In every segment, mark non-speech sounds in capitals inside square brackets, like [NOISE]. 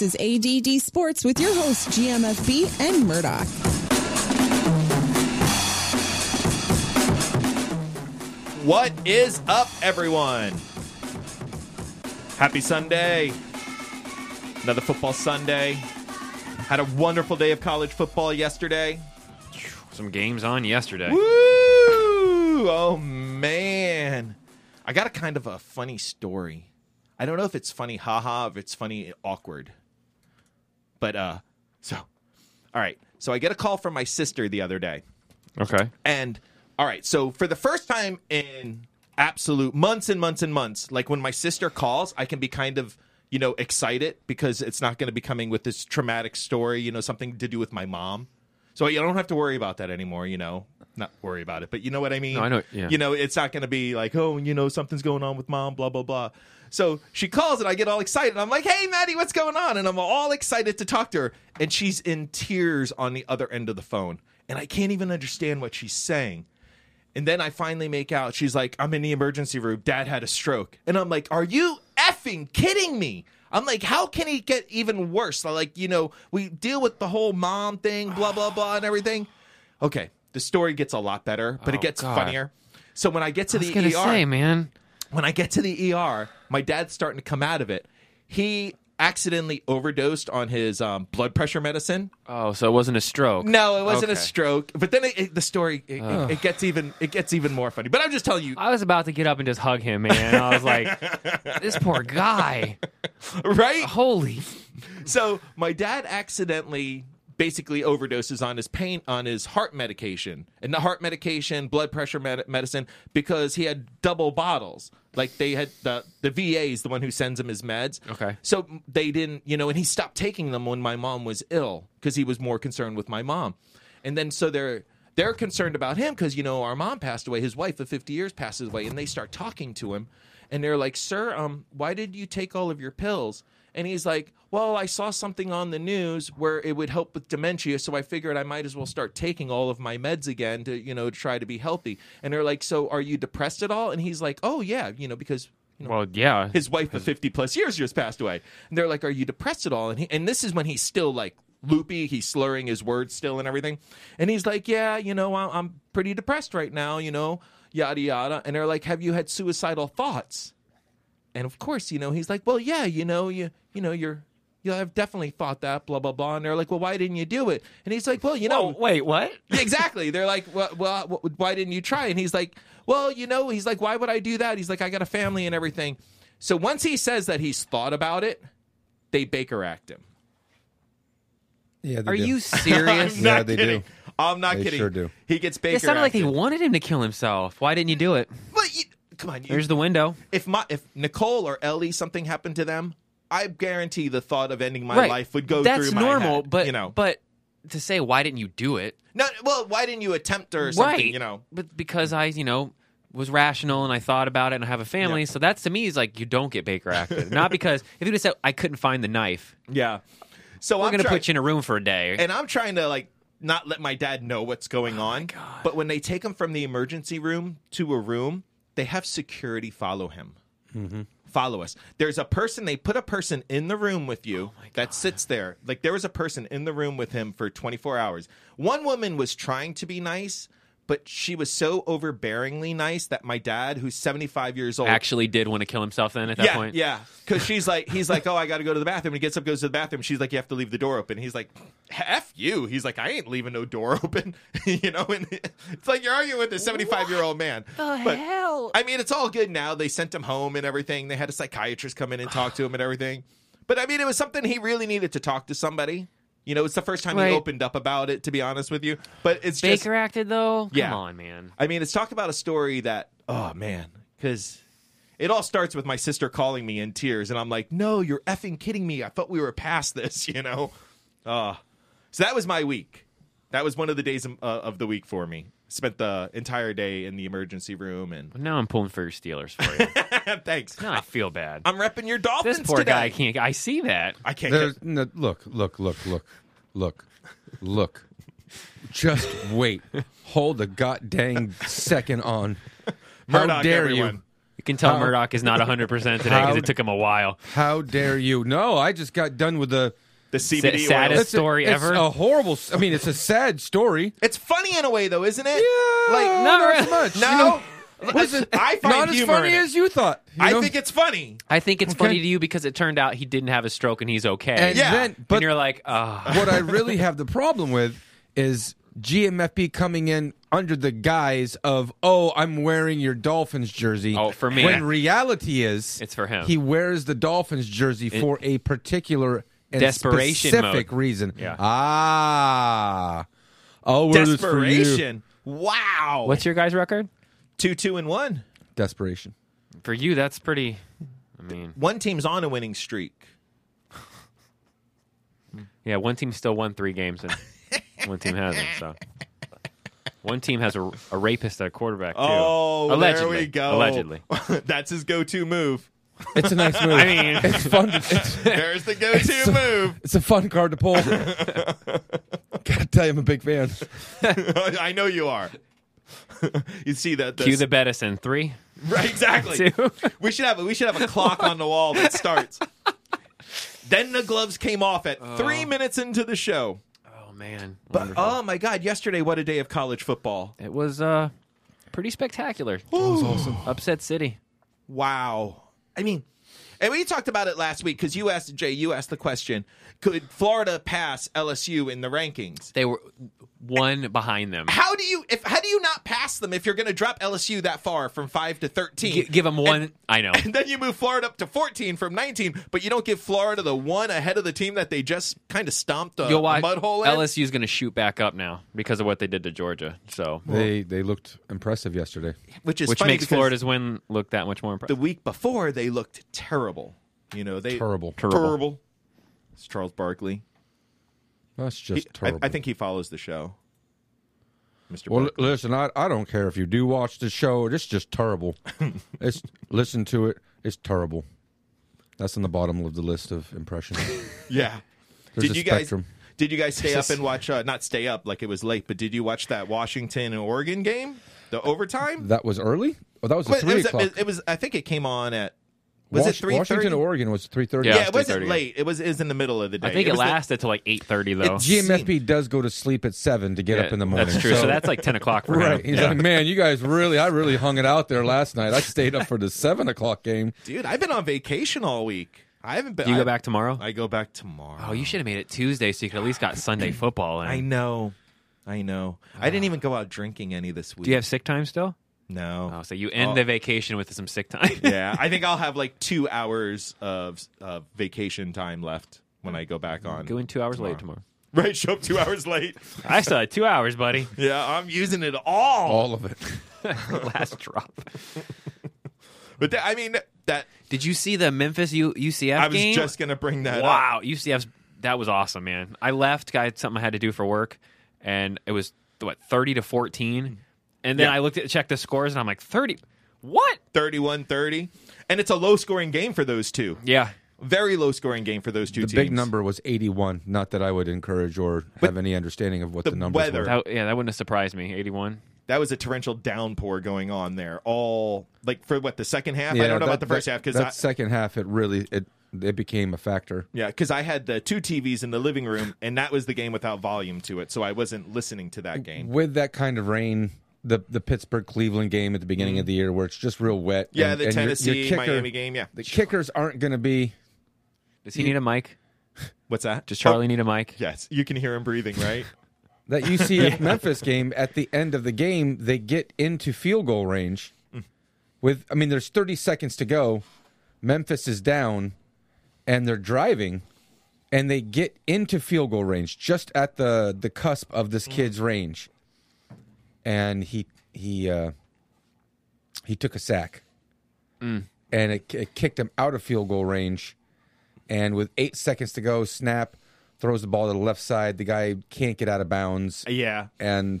is ADD Sports with your hosts, GMFB and Murdoch. What is up, everyone? Happy Sunday. Another football Sunday. Had a wonderful day of college football yesterday. Some games on yesterday. Woo! Oh, man. I got a kind of a funny story. I don't know if it's funny, haha, if it's funny, awkward. But, uh, so, all right. So I get a call from my sister the other day. Okay. And all right, so for the first time in absolute months and months and months, like when my sister calls, I can be kind of, you know, excited because it's not going to be coming with this traumatic story, you know, something to do with my mom. So you don't have to worry about that anymore, you know. Not worry about it, but you know what I mean? No, I know, yeah. You know, it's not going to be like, oh, you know, something's going on with mom, blah, blah, blah. So she calls and I get all excited. I'm like, hey, Maddie, what's going on? And I'm all excited to talk to her. And she's in tears on the other end of the phone. And I can't even understand what she's saying. And then I finally make out she's like, I'm in the emergency room. Dad had a stroke. And I'm like, Are you effing kidding me? I'm like, How can he get even worse? Like, you know, we deal with the whole mom thing, blah, blah, blah, and everything. Okay. The story gets a lot better, but it Oh, gets God. funnier. So when I get to I was the gonna ER, say, man. when I get to the ER, my dad's starting to come out of it. He accidentally overdosed on his um, blood pressure medicine. Oh, so it wasn't a stroke. No, it wasn't a Okay. stroke. But then it, it- the story it, it, it gets even it gets even more funny. But I'm just telling you, I was about to get up and just hug him, man. I was [LAUGHS] like, this poor guy. right? Holy. So my dad accidentally basically overdoses on his pain on his heart medication and the heart medication blood pressure med- medicine because he had double bottles like they had the the VA is the one who sends him his meds Okay. so they didn't you know and he stopped taking them when my mom was ill cuz he was more concerned with my mom and then so they're they're concerned about him cuz you know our mom passed away his wife of 50 years passes away and they start talking to him and they're like sir um why did you take all of your pills and he's like, Well, I saw something on the news where it would help with dementia, so I figured I might as well start taking all of my meds again to, you know, to try to be healthy. And they're like, So are you depressed at all? And he's like, Oh, yeah, you know, because you know, Well, yeah. his wife of 50 plus years just passed away. And they're like, Are you depressed at all? And, he, and this is when he's still like loopy, he's slurring his words still and everything. And he's like, Yeah, you know, I'm, I'm pretty depressed right now, you know, yada, yada. And they're like, Have you had suicidal thoughts? And of course, you know, he's like, "Well, yeah, you know, you you know, you're you know, I've definitely thought that, blah blah blah." And they're like, "Well, why didn't you do it?" And he's like, "Well, you know, wait, what? exactly." They're like, well, "Well, wh- why didn't you try?" And he's like, "Well, you know," he's like, "Why would I do that?" He's like, "I got a family and everything." So once he says that he's thought about it, they Baker Act him. Yeah, they Are do. you I'm [LAUGHS] serious? Yeah, not they kidding. do. I'm not They kidding. sure do. He gets Baker. It sounded like they acted. wanted him to kill himself. Why didn't you do it? But you, come on, you, There's the window. if my if Nicole or Ellie something happened to them, I guarantee the thought of ending my right. life would go That's through my normal, head, but you know, but to say why didn't you do it? No, well, why didn't you attempt or something? right. You know, But because I, you know, was rational and I thought about it and I have a family, Yeah. so that's to me is like you don't get [LAUGHS] Baker acted. Not because if you just said I couldn't find the knife, yeah. So we're I'm gonna try- put you in a room for a day. and I'm trying to like not let my dad know what's going on. But when they take him from the emergency room to a room, they have security follow him. Follow us. There's a person. They put a person in the room with you that sits there. Like there was a person in the room with him for 24 hours. One woman was trying to be nice, but she was so overbearingly nice that my dad, who's 75 years old, Actually, did want to kill himself then at that yeah, point. Yeah, because she's like, he's [LAUGHS] like, oh, I got to go to the bathroom. He gets up, goes to the bathroom. She's like, you have to leave the door open. He's like, f you. He's like, I ain't leaving no door [LAUGHS] open. you know, and it's like you're arguing with a 75 year old man. The hell. I mean, it's all good now. They sent him home and everything. They had a psychiatrist come in and talk to him and everything. But I mean, it was something he really needed to talk to somebody. You know, it's the first time Right. he opened up about it. To be honest with you, but it's just, Baker acted though. Yeah. Come on, man. I mean, it's talk about a story that, oh man, because it all starts with my sister calling me in tears, and I'm like, no, you're effing kidding me. I thought we were past this, [LAUGHS] you know? Uh, so that was my week. That was one of the days um, uh, of the week for me. Spent the entire day in the emergency room, and [LAUGHS] Now I'm pulling for your Steelers for you. thanks. [LAUGHS] now I feel bad. I'm repping your Dolphins this poor today. guy can't. I see that. I can't. There's, Get, no, look, look, look, look, look, look. Just wait. Hold a god dang second on. How [LAUGHS] Murdoch, dare everyone. you? can tell Murdoch is not 100 percent today because How- it took him a while. How dare you? No, I just got done with the The CBD oil. saddest- It's a- Story it's ever? A horrible. s- I mean, it's a sad story. It's funny in a way, though, isn't it? Yeah, Like not, really. as much. No. you know? Listen, I find not as humor funny in it. as you thought. you I know? think it's funny. I think it's funny to you because it turned out he didn't have a stroke and he's okay. And Yeah. then, but and you're like, [LAUGHS] ah, what I really have the problem with is GMFB coming in under the guise of "Oh, I'm wearing your Dolphins jersey." Oh, for me. When reality is, It's for him. He wears the Dolphins jersey for a particular and Desperation specific mode. reason. Yeah. Ah. Oh, wear this for you. Desperation. Wow. what's your guy's record? two, two, and one? Desperation. For you, that's pretty. I mean, One team's on a winning streak. yeah, one team still won three [LAUGHS] games and one team hasn't. So, one team has a, a rapist at quarterback too. Oh, allegedly, there we go. Allegedly, [LAUGHS] That's his go-to move. It's [LAUGHS] a nice move. I mean, it's fun. It's, There's the [LAUGHS] go-to move. [LAUGHS] it's a fun card to pull. Gotta tell you, I'm a big fan. I know you are. [LAUGHS] you see that? cue the Bettis in three. [LAUGHS] Right, exactly. [LAUGHS] Two. we should have a, we should have a clock on the wall that [LAUGHS] starts. then the gloves came off at three minutes into the show. Oh man, But oh my god, yesterday what a day of college football! it was uh pretty spectacular. awesome. Upset City. Wow. I mean, and we talked about it last week because you asked Jay, you asked the question: Could Florida pass LSU in the rankings? They were one behind them. How do you if how do you not pass them if you're going to drop LSU that far from five to thirteen? G- give them one. [LAUGHS] I know. And then you move Florida up to 14 from 19, but you don't give Florida the one ahead of the team that they just kind of stomped a, You'll a watch. mud hole in. LSU's going to shoot back up now because of what they did to Georgia. So, They they looked impressive yesterday. which is which funny makes because Florida's win look that much more the impressive. week before they looked terrible. You know they Terrible. Terrible. terrible. It's Charles Barkley. That's He- just I, terrible. I think he follows the show, Mr. Well, Barkley. li- listen, I, I don't care if you do watch the show. It's [LAUGHS] just terrible. it's listen to it. It's terrible. That's on the bottom of the list [LAUGHS] of impressions. yeah. There's did a you guys? spectrum. Did you guys stay up and watch? Uh, not stay up like it was late, but did you watch that Washington and Oregon game, the overtime? That was early. Oh, that was at Wait, three it, was, o'clock. it was. I think it came on at. Was Wash- it three Washington, thirty? Oregon was three thirty. Yeah. Yeah, it 8:30. wasn't late. It was is in the middle of the day. I think it, was the- lasted till like eight thirty though. It's- GMFB does go to sleep at seven to get Yeah, up in the morning. That's true. So, that's like ten o'clock for [LAUGHS] right. him. He's like, man, you guys really, I [LAUGHS] really hung it out there last night. I stayed up for the seven o'clock game. dude, I've been on vacation all week. I haven't been. You I, go back tomorrow. I go back tomorrow. oh, you should have made it Tuesday so you could at least got Sunday football. In. I know. I know. I Ah. didn't even go out drinking any this week. Do you have sick time still? no. Oh, so you end Oh. the vacation with some sick time. yeah, I think I'll have like two hours of uh, vacation time left when I go back on. [LAUGHS] Go in two hours late tomorrow. [LAUGHS] Right, show up two hours late. I still had two hours, buddy. [LAUGHS] Yeah, I'm using it all. All of it. Last drop. But that, I mean, that Did you see the Memphis U- UCF I was game? just gonna bring that. up. wow, UCF's that was awesome, man. I left, I had something I had to do for work, and it was what thirty to fourteen, and then Yeah. I looked at checked the scores, and I'm like thirty. What? 31-30. and it's a low scoring game for those two. Yeah, Very low scoring game for those two The teams. big number was eighty-one. Not that I would encourage or have any understanding of what the the, numbers weather. were. that, yeah, that wouldn't have surprised me. Eighty-one. that was a torrential downpour going on there. All like for what the second half. I don't know that- about the first that- half because that I, second half it really it it became a factor. yeah, because I had the two TVs in the living room, and that was the game without volume to it, so I wasn't listening to that game. With that kind of rain, the the Pittsburgh Cleveland game at the beginning of the year where it's just real wet. Mm-hmm. Yeah, and- the and your- your Tennessee kicker- Miami game. Yeah, The kickers aren't going to be. Does he need a mic? what's that? Does Charlie need a mic? Oh, yes, you can hear him breathing, [LAUGHS] right? That [LAUGHS] UCF Memphis game at the end of the game, they get into field goal range. With I mean, there's 30 seconds to go. Memphis is down, and they're driving, and they get into field goal range, just at the the cusp of this kid's range, and he he uh, he took a sack, and it, it kicked him out of field goal range. And with eight seconds to go, snap throws the ball to the left side. The guy can't get out of bounds, yeah, and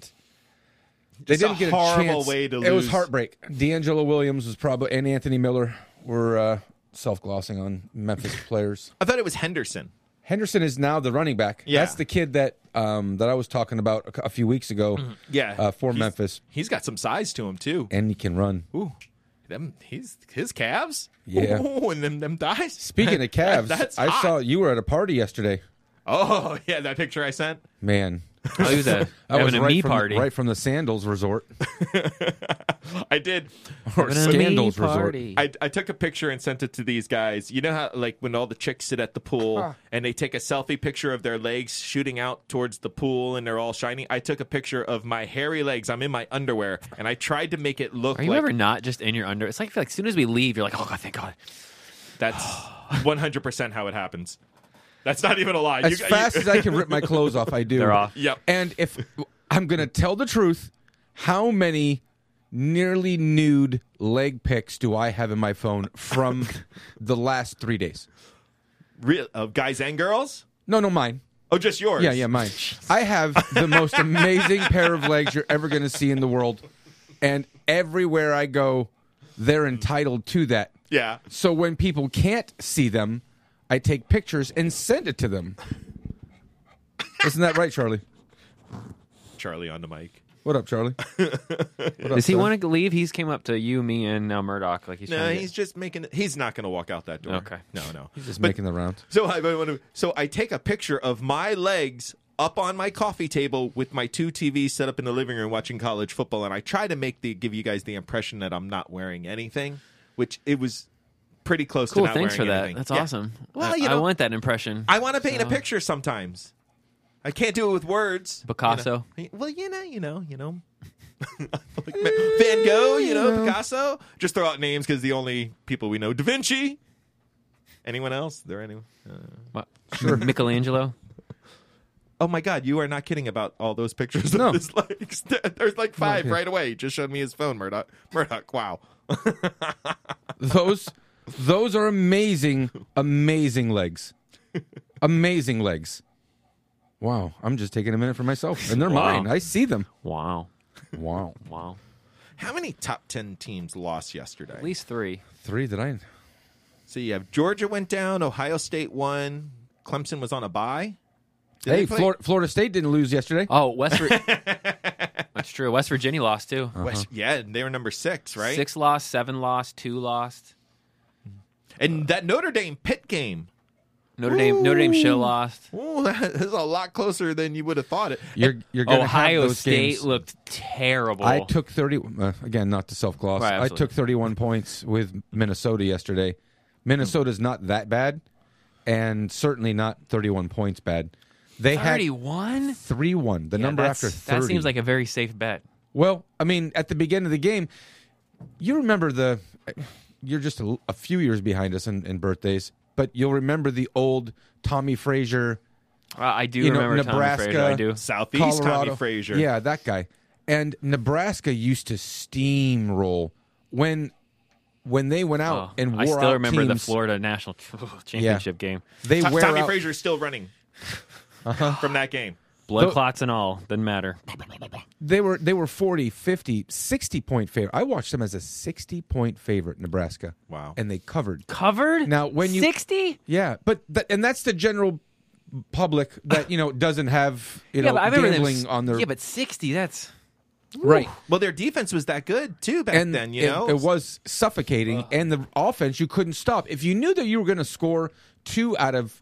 they It's a didn't get horrible a chance. way to it was lose. heartbreak. D'Angelo Williams was probably and Anthony Miller were uh, self glossing on [LAUGHS] Memphis players. I thought it was Henderson. Henderson is now the running back. Yeah. That's the kid that um, that I was talking about a, cou- a few weeks ago. Mm-hmm. Yeah, uh, for He's- Memphis, he's got some size to him too. and he can run. Ooh, Them, he's his calves. Yeah. Ooh, and them them thighs. [LAUGHS] Speaking of calves, that's I hot. saw you were at a party yesterday. Oh [LAUGHS] yeah, that picture I sent. Man, Oh, [LAUGHS] he was a, I having was a right me from, party. right from the Sandals Resort. I did. Or Scandals Resort. I, I took a picture and sent it to these guys. You know how, like, when all the chicks sit at the pool and they take a selfie picture of their legs shooting out towards the pool and they're all shiny? I took a picture of my hairy legs. I'm in my underwear and I tried to make it look Are you like ever not just in your under? It's like, I feel like as soon as we leave, you're like, oh god, thank God. that's [SIGHS] 100% how it happens. That's not even a lie. As fast as I can rip my clothes off, I do. They're off. Yep. And if I'm going to tell the truth, how many nearly nude leg pics do I have in my phone from the last three days? [LAUGHS] Real, of guys and girls? No, no, mine. Oh, just yours? Yeah, yeah, mine. I have the most amazing pair of legs you're ever going to see in the world. And everywhere I go, they're entitled to that. Yeah. So when people can't see them, I take pictures and send it to them. Isn't that right, Charlie? Charlie on the mic. What [LAUGHS] up, Charlie? Does he want to leave? He's came up to you, me, and now Murdoch. Like he's No, trying he's to just making. He's not going to walk out that door. Okay. No, no. He's Just making the round. So I but what- so I take a picture of my legs up on my coffee table with my two TVs set up in the living room watching college football, and I try to make the give you guys the impression that I'm not wearing anything, which it was pretty close Cool, to not thanks for wearing that. anything. That's Yeah. awesome. Well, I, you I know- want that impression. I want to paint a picture sometimes. I can't do it with words. you know. Picasso. Well, you know, you know, you know. [LAUGHS] Like Van Gogh, you know, Picasso. Just throw out names because the only people we know, Da Vinci. Anyone else? There anyone? What? [LAUGHS] Michelangelo. Oh my God, you are not kidding about all those pictures No. of his legs. There's [LAUGHS] like five right away. He Just showed me his phone, Murdoch. Murdoch, wow. Those those are amazing, amazing legs. Amazing legs. Wow, I'm just taking a minute for myself. And they're Wow. mine. I see them. Wow, Wow. wow. How many top 10 teams lost yesterday? At least three. Three that I So you have Georgia went down, Ohio State won, Clemson was on a bye. Did Hey, they play- Florida, Florida State didn't lose yesterday. Oh, [LAUGHS] West. Vir- That's true. West Virginia lost too. West- Yeah, they were number six, right? Oh. Six lost, seven lost, two lost. And that Notre Dame Pitt game. Notre Dame. Notre Dame show Ooh. lost. Ooh, [LAUGHS] that is a lot closer than you would have thought it. You're you're going to have Ohio those State games. looked terrible. I took 30 uh, again not to self gloss. Right, I absolutely. took 31 points with Minnesota yesterday. Minnesota's not that bad and certainly not 31 points bad. They had thirty-one. 3-1, the Yeah, number that's- after 30. That seems like a very safe bet. Well, I mean, at the beginning of the game, you remember the. You're just a, l- a few years behind us in, in birthdays, but you'll remember the old Tommy Frazier, Uh, I do you know, remember Nebraska, Tommy Frazier. I do. Southeast Tommy Colorado. Frazier. Yeah, that guy. And Nebraska used to steamroll when when they went out Oh, and wore I still out remember the teams, Florida National [LAUGHS] Championship game. They To- wear Tommy out- Uh-huh. Frazier is still [LAUGHS] running from that game. Blood Tho- clots and all, doesn't matter. They were they were 40, 50, 60 point favorite. I watched them as a 60 point favorite Nebraska. Wow. And they covered. Covered? Now, when you- 60? Yeah, but that, and that's the general public that you know doesn't have you Yeah, know but I remember them gambling s- on their Yeah, but 60, that's right. Well, their defense was that good too back And then, you it, know. it was suffocating, and the offense you couldn't stop. If you knew that you were going to score two out of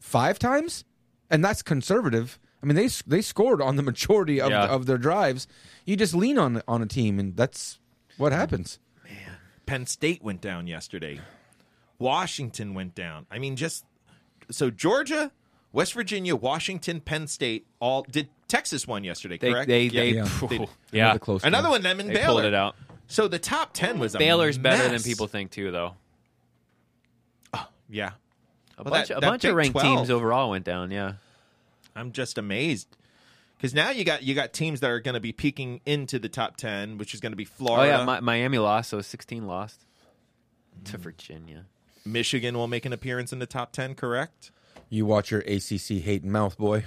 five times, and that's conservative. I mean, they s- they scored on the majority of Yeah. of their drives. You just lean on on a team, and that's what happens. Penn State went down yesterday. Washington went down. I mean, just so Georgia, West Virginia, Washington, Penn State all did Texas won yesterday, they correct? they Yeah. they Yeah. [LAUGHS] They did. yeah. Another close Another one. one, them and They Baylor. pulled it out. So the top ten was a Baylor's better than mess. people think too though. Yeah, A Well, bunch that- a that bunch of Big ranked 12. teams overall went down, yeah. I'm just amazed because now you got you got teams that are going to be peaking into the top ten, which is going to be Oh Florida. yeah, Mi- Miami lost, so 16 lost to Virginia. Michigan will make an appearance in the top ten, correct? You watch your ACC hate and mouth, boy.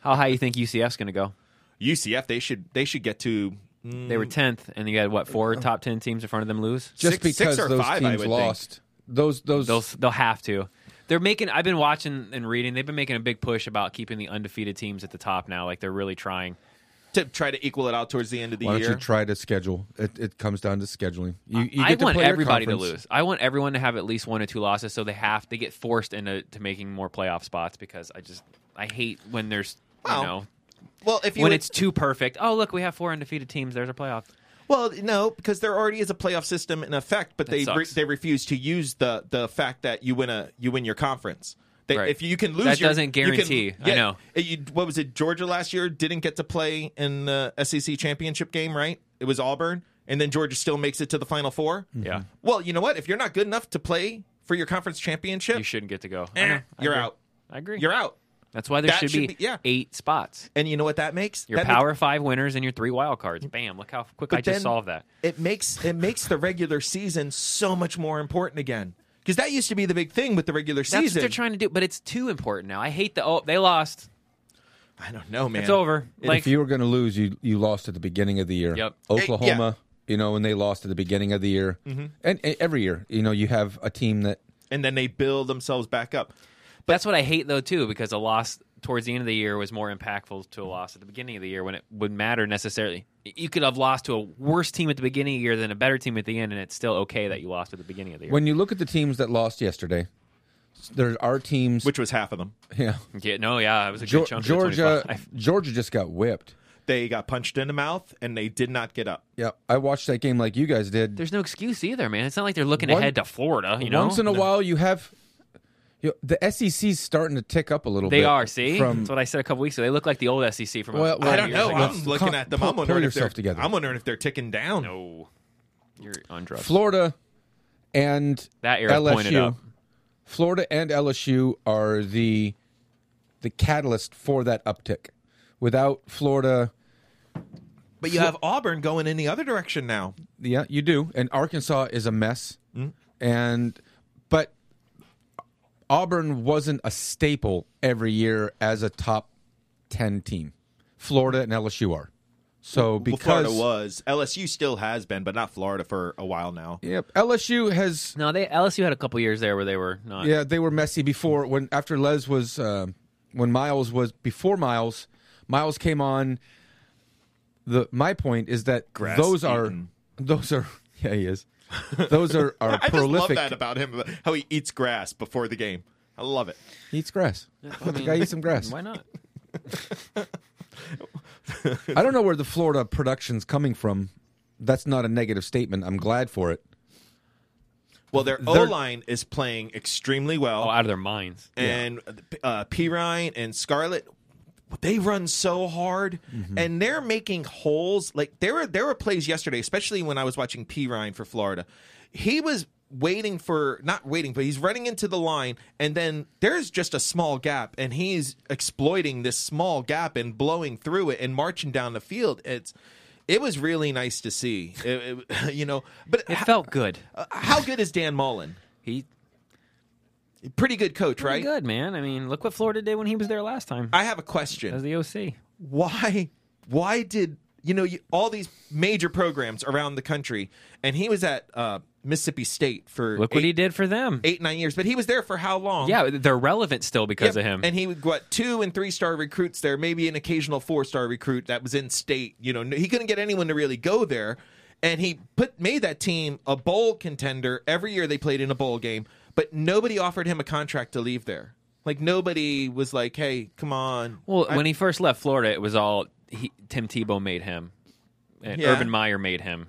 How high you think UCF's going to go? UCF they should they should get to mm, They were 10th and you got what, four top 10 teams in front of them lose? Six- Just six because or those five, I teams would think. lost, those those They'll they'll have to. They're making. I've been watching and reading. They've been making a big push about keeping the undefeated teams at the top now. Like they're really trying. to try to equal it out towards the end of the Why don't year. you try to schedule? It, it comes down to scheduling. You, you I get to want play your everybody to conference. lose. I want everyone to have at least one or two losses, so they have they get forced into to making more playoff spots because I just I hate when there's Well, you know well, if you when would- it's too perfect. Oh look, we have four undefeated teams. There's our playoff. Well, no, because there already is a playoff system in effect, but they re- sucks. they refuse to use the the fact that you win a you win your conference. They, Right. If you can lose, That your, doesn't you can- guarantee. I yeah, know. it- you- what was it? Georgia last year didn't get to play in the SEC championship game, right? It was Auburn, and then Georgia still makes it to the Final Four. Hmm. Yeah, Well, you know what? If you're not good enough to play for your conference championship, you shouldn't get to go. I eh, know. I you're agree. out. I agree. You're out. That's why there That should, should be, be- yeah. eight spots. And you know what that makes? Your That makes- power five winners and your three wild cards. Bam! Look how quick I But just then- solved that. it makes it makes the regular season so much more important again because that used to be the big thing with the regular That's what season. they're trying to do, but it's too important now. I hate the oh they lost. I don't know, man. It's over. Like If you were going to lose, you you lost at the beginning of the year. Yep. Oklahoma, you know, and they lost at the beginning of the year, and, and every year, you know, you have a team that and then they build themselves back up. That's what I hate though too, because a loss towards the end of the year was more impactful to a loss at the beginning of the year when it wouldn't matter necessarily. You could have lost to a worse team at the beginning of the year than a better team at the end, and it's still okay that you lost at the beginning of the year. when you look at the teams that lost yesterday, there are teams. Which was half of them. yeah, yeah, no, yeah, it was a Geor- good chunk. Of the Georgia, 25. Georgia just got whipped. They got punched in the mouth and they did not get up. Yeah, I watched that game like you guys did. There's no excuse either, man. It's not like they're looking One- ahead to Florida. You know, Once in a while, you have you know, the SEC's starting to tick up a little. they bit are. See, from that's what I said a couple weeks ago. They look like the old SEC from. Well, a, well, I don't Yeah, know. like, I'm let's- looking come- at them. pull- I'm pull wondering if yourself they're together. I'm wondering if they're ticking down. no, Oh. you're on drugs. Florida and That era LSU. pointed up. Florida and LSU are the the catalyst for that uptick. Without Florida, But you have Auburn going in the other direction now. yeah, you do. And Arkansas is a mess. Mm-hmm. And but Auburn wasn't a staple every year as a top ten team. Florida and LSU are. So because Florida was LSU still has been, but not Florida for a while now. Yep, LSU has No, they LSU had a couple years there where they were not. Yeah, they were messy before when after Les was um when Miles was before Miles. Miles came on. The my point is that Grass those are eaten. those are [LAUGHS] yeah he is those are are [LAUGHS] I just love prolific. that about him, how he eats grass before the game. I love it. He eats grass. Let the mean, guy eat some grass. Why not? I don't know where the Florida production's coming from. That's not a negative statement. I'm glad for it. Well, their O They're- line is playing extremely well, Oh, out of their minds. and uh, Pirine and Scarlett, they run so hard, and they're making holes. Like there were there were plays yesterday, especially when I was watching Pirine for Florida. He was waiting for not waiting, but he's running into the line, and then there's just a small gap, and he's exploiting this small gap and blowing through it and marching down the field. It's it was really nice to see, It- it- [LAUGHS] you know. But It felt good. how good is Dan Mullen? He Pretty good coach, pretty right? good, man. I mean, look what Florida did when he was there last time I have a as question. the OC. Why? Why did you know you, all these major programs around the country? And he was at uh, Mississippi State for Look eight, what he did for them. eight, nine years, but he was there for how long? Yeah, they're relevant still because Yep. of him. And he would got two and three star recruits there, maybe an occasional four star recruit that was in state. You know, he couldn't get anyone to really go there, and he put made that team a bowl contender every year they played in a bowl game. But nobody offered him a contract to leave there. Like nobody was like, "Hey, come on." well, when he first left Florida, it was all he, Tim Tebow made him, and Yeah. Urban Meyer made him.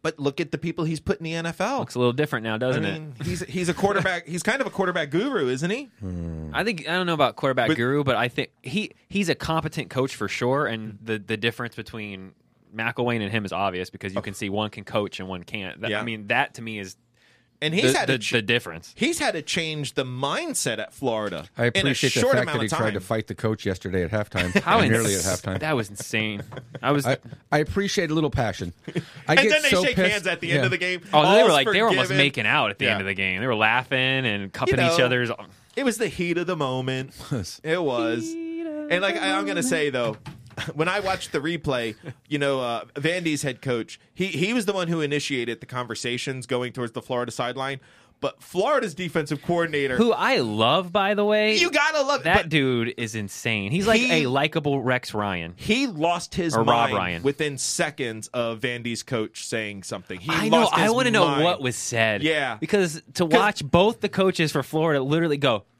But look at the people he's put in the NFL. Looks a little different now, I doesn't mean, he's he's a quarterback. he's kind of a quarterback guru, isn't he? it? I think I don't know about quarterback guru, but I think he he's a competent coach for sure. And the the difference between McElwain and him is obvious because you can see one can coach and one can't. That- Yeah. I mean, that to me is And the, he's had the, to ch- the difference. he's had to change the mindset at Florida. I appreciate in a the short fact amount that he of time. tried to fight the coach yesterday at halftime. [LAUGHS] How or nearly at ins- halftime. That was insane. I was. [LAUGHS] oh, I, I appreciate a little passion. I and get then they so shake pissed- hands at the yeah. end of the game. oh, they All's were like they were almost forgiven. making out at the Yeah. end of the game. They were laughing and cupping You each know. other's. It was the heat of the moment. It was. And like I, I'm gonna say though, [LAUGHS] when I watched the replay, you know, uh, Vandy's head coach, he he was the one who initiated the conversations going towards the Florida sideline. But Florida's defensive coordinator, who I love, by the way. you gotta love that but dude is insane. He's like He- a likable Rex Ryan. He lost his Or Rob mind Ryan. within seconds of Vandy's coach saying something. He I know. lost I his want to know mind. what was said. Yeah. because to watch both the coaches for Florida literally go [LAUGHS]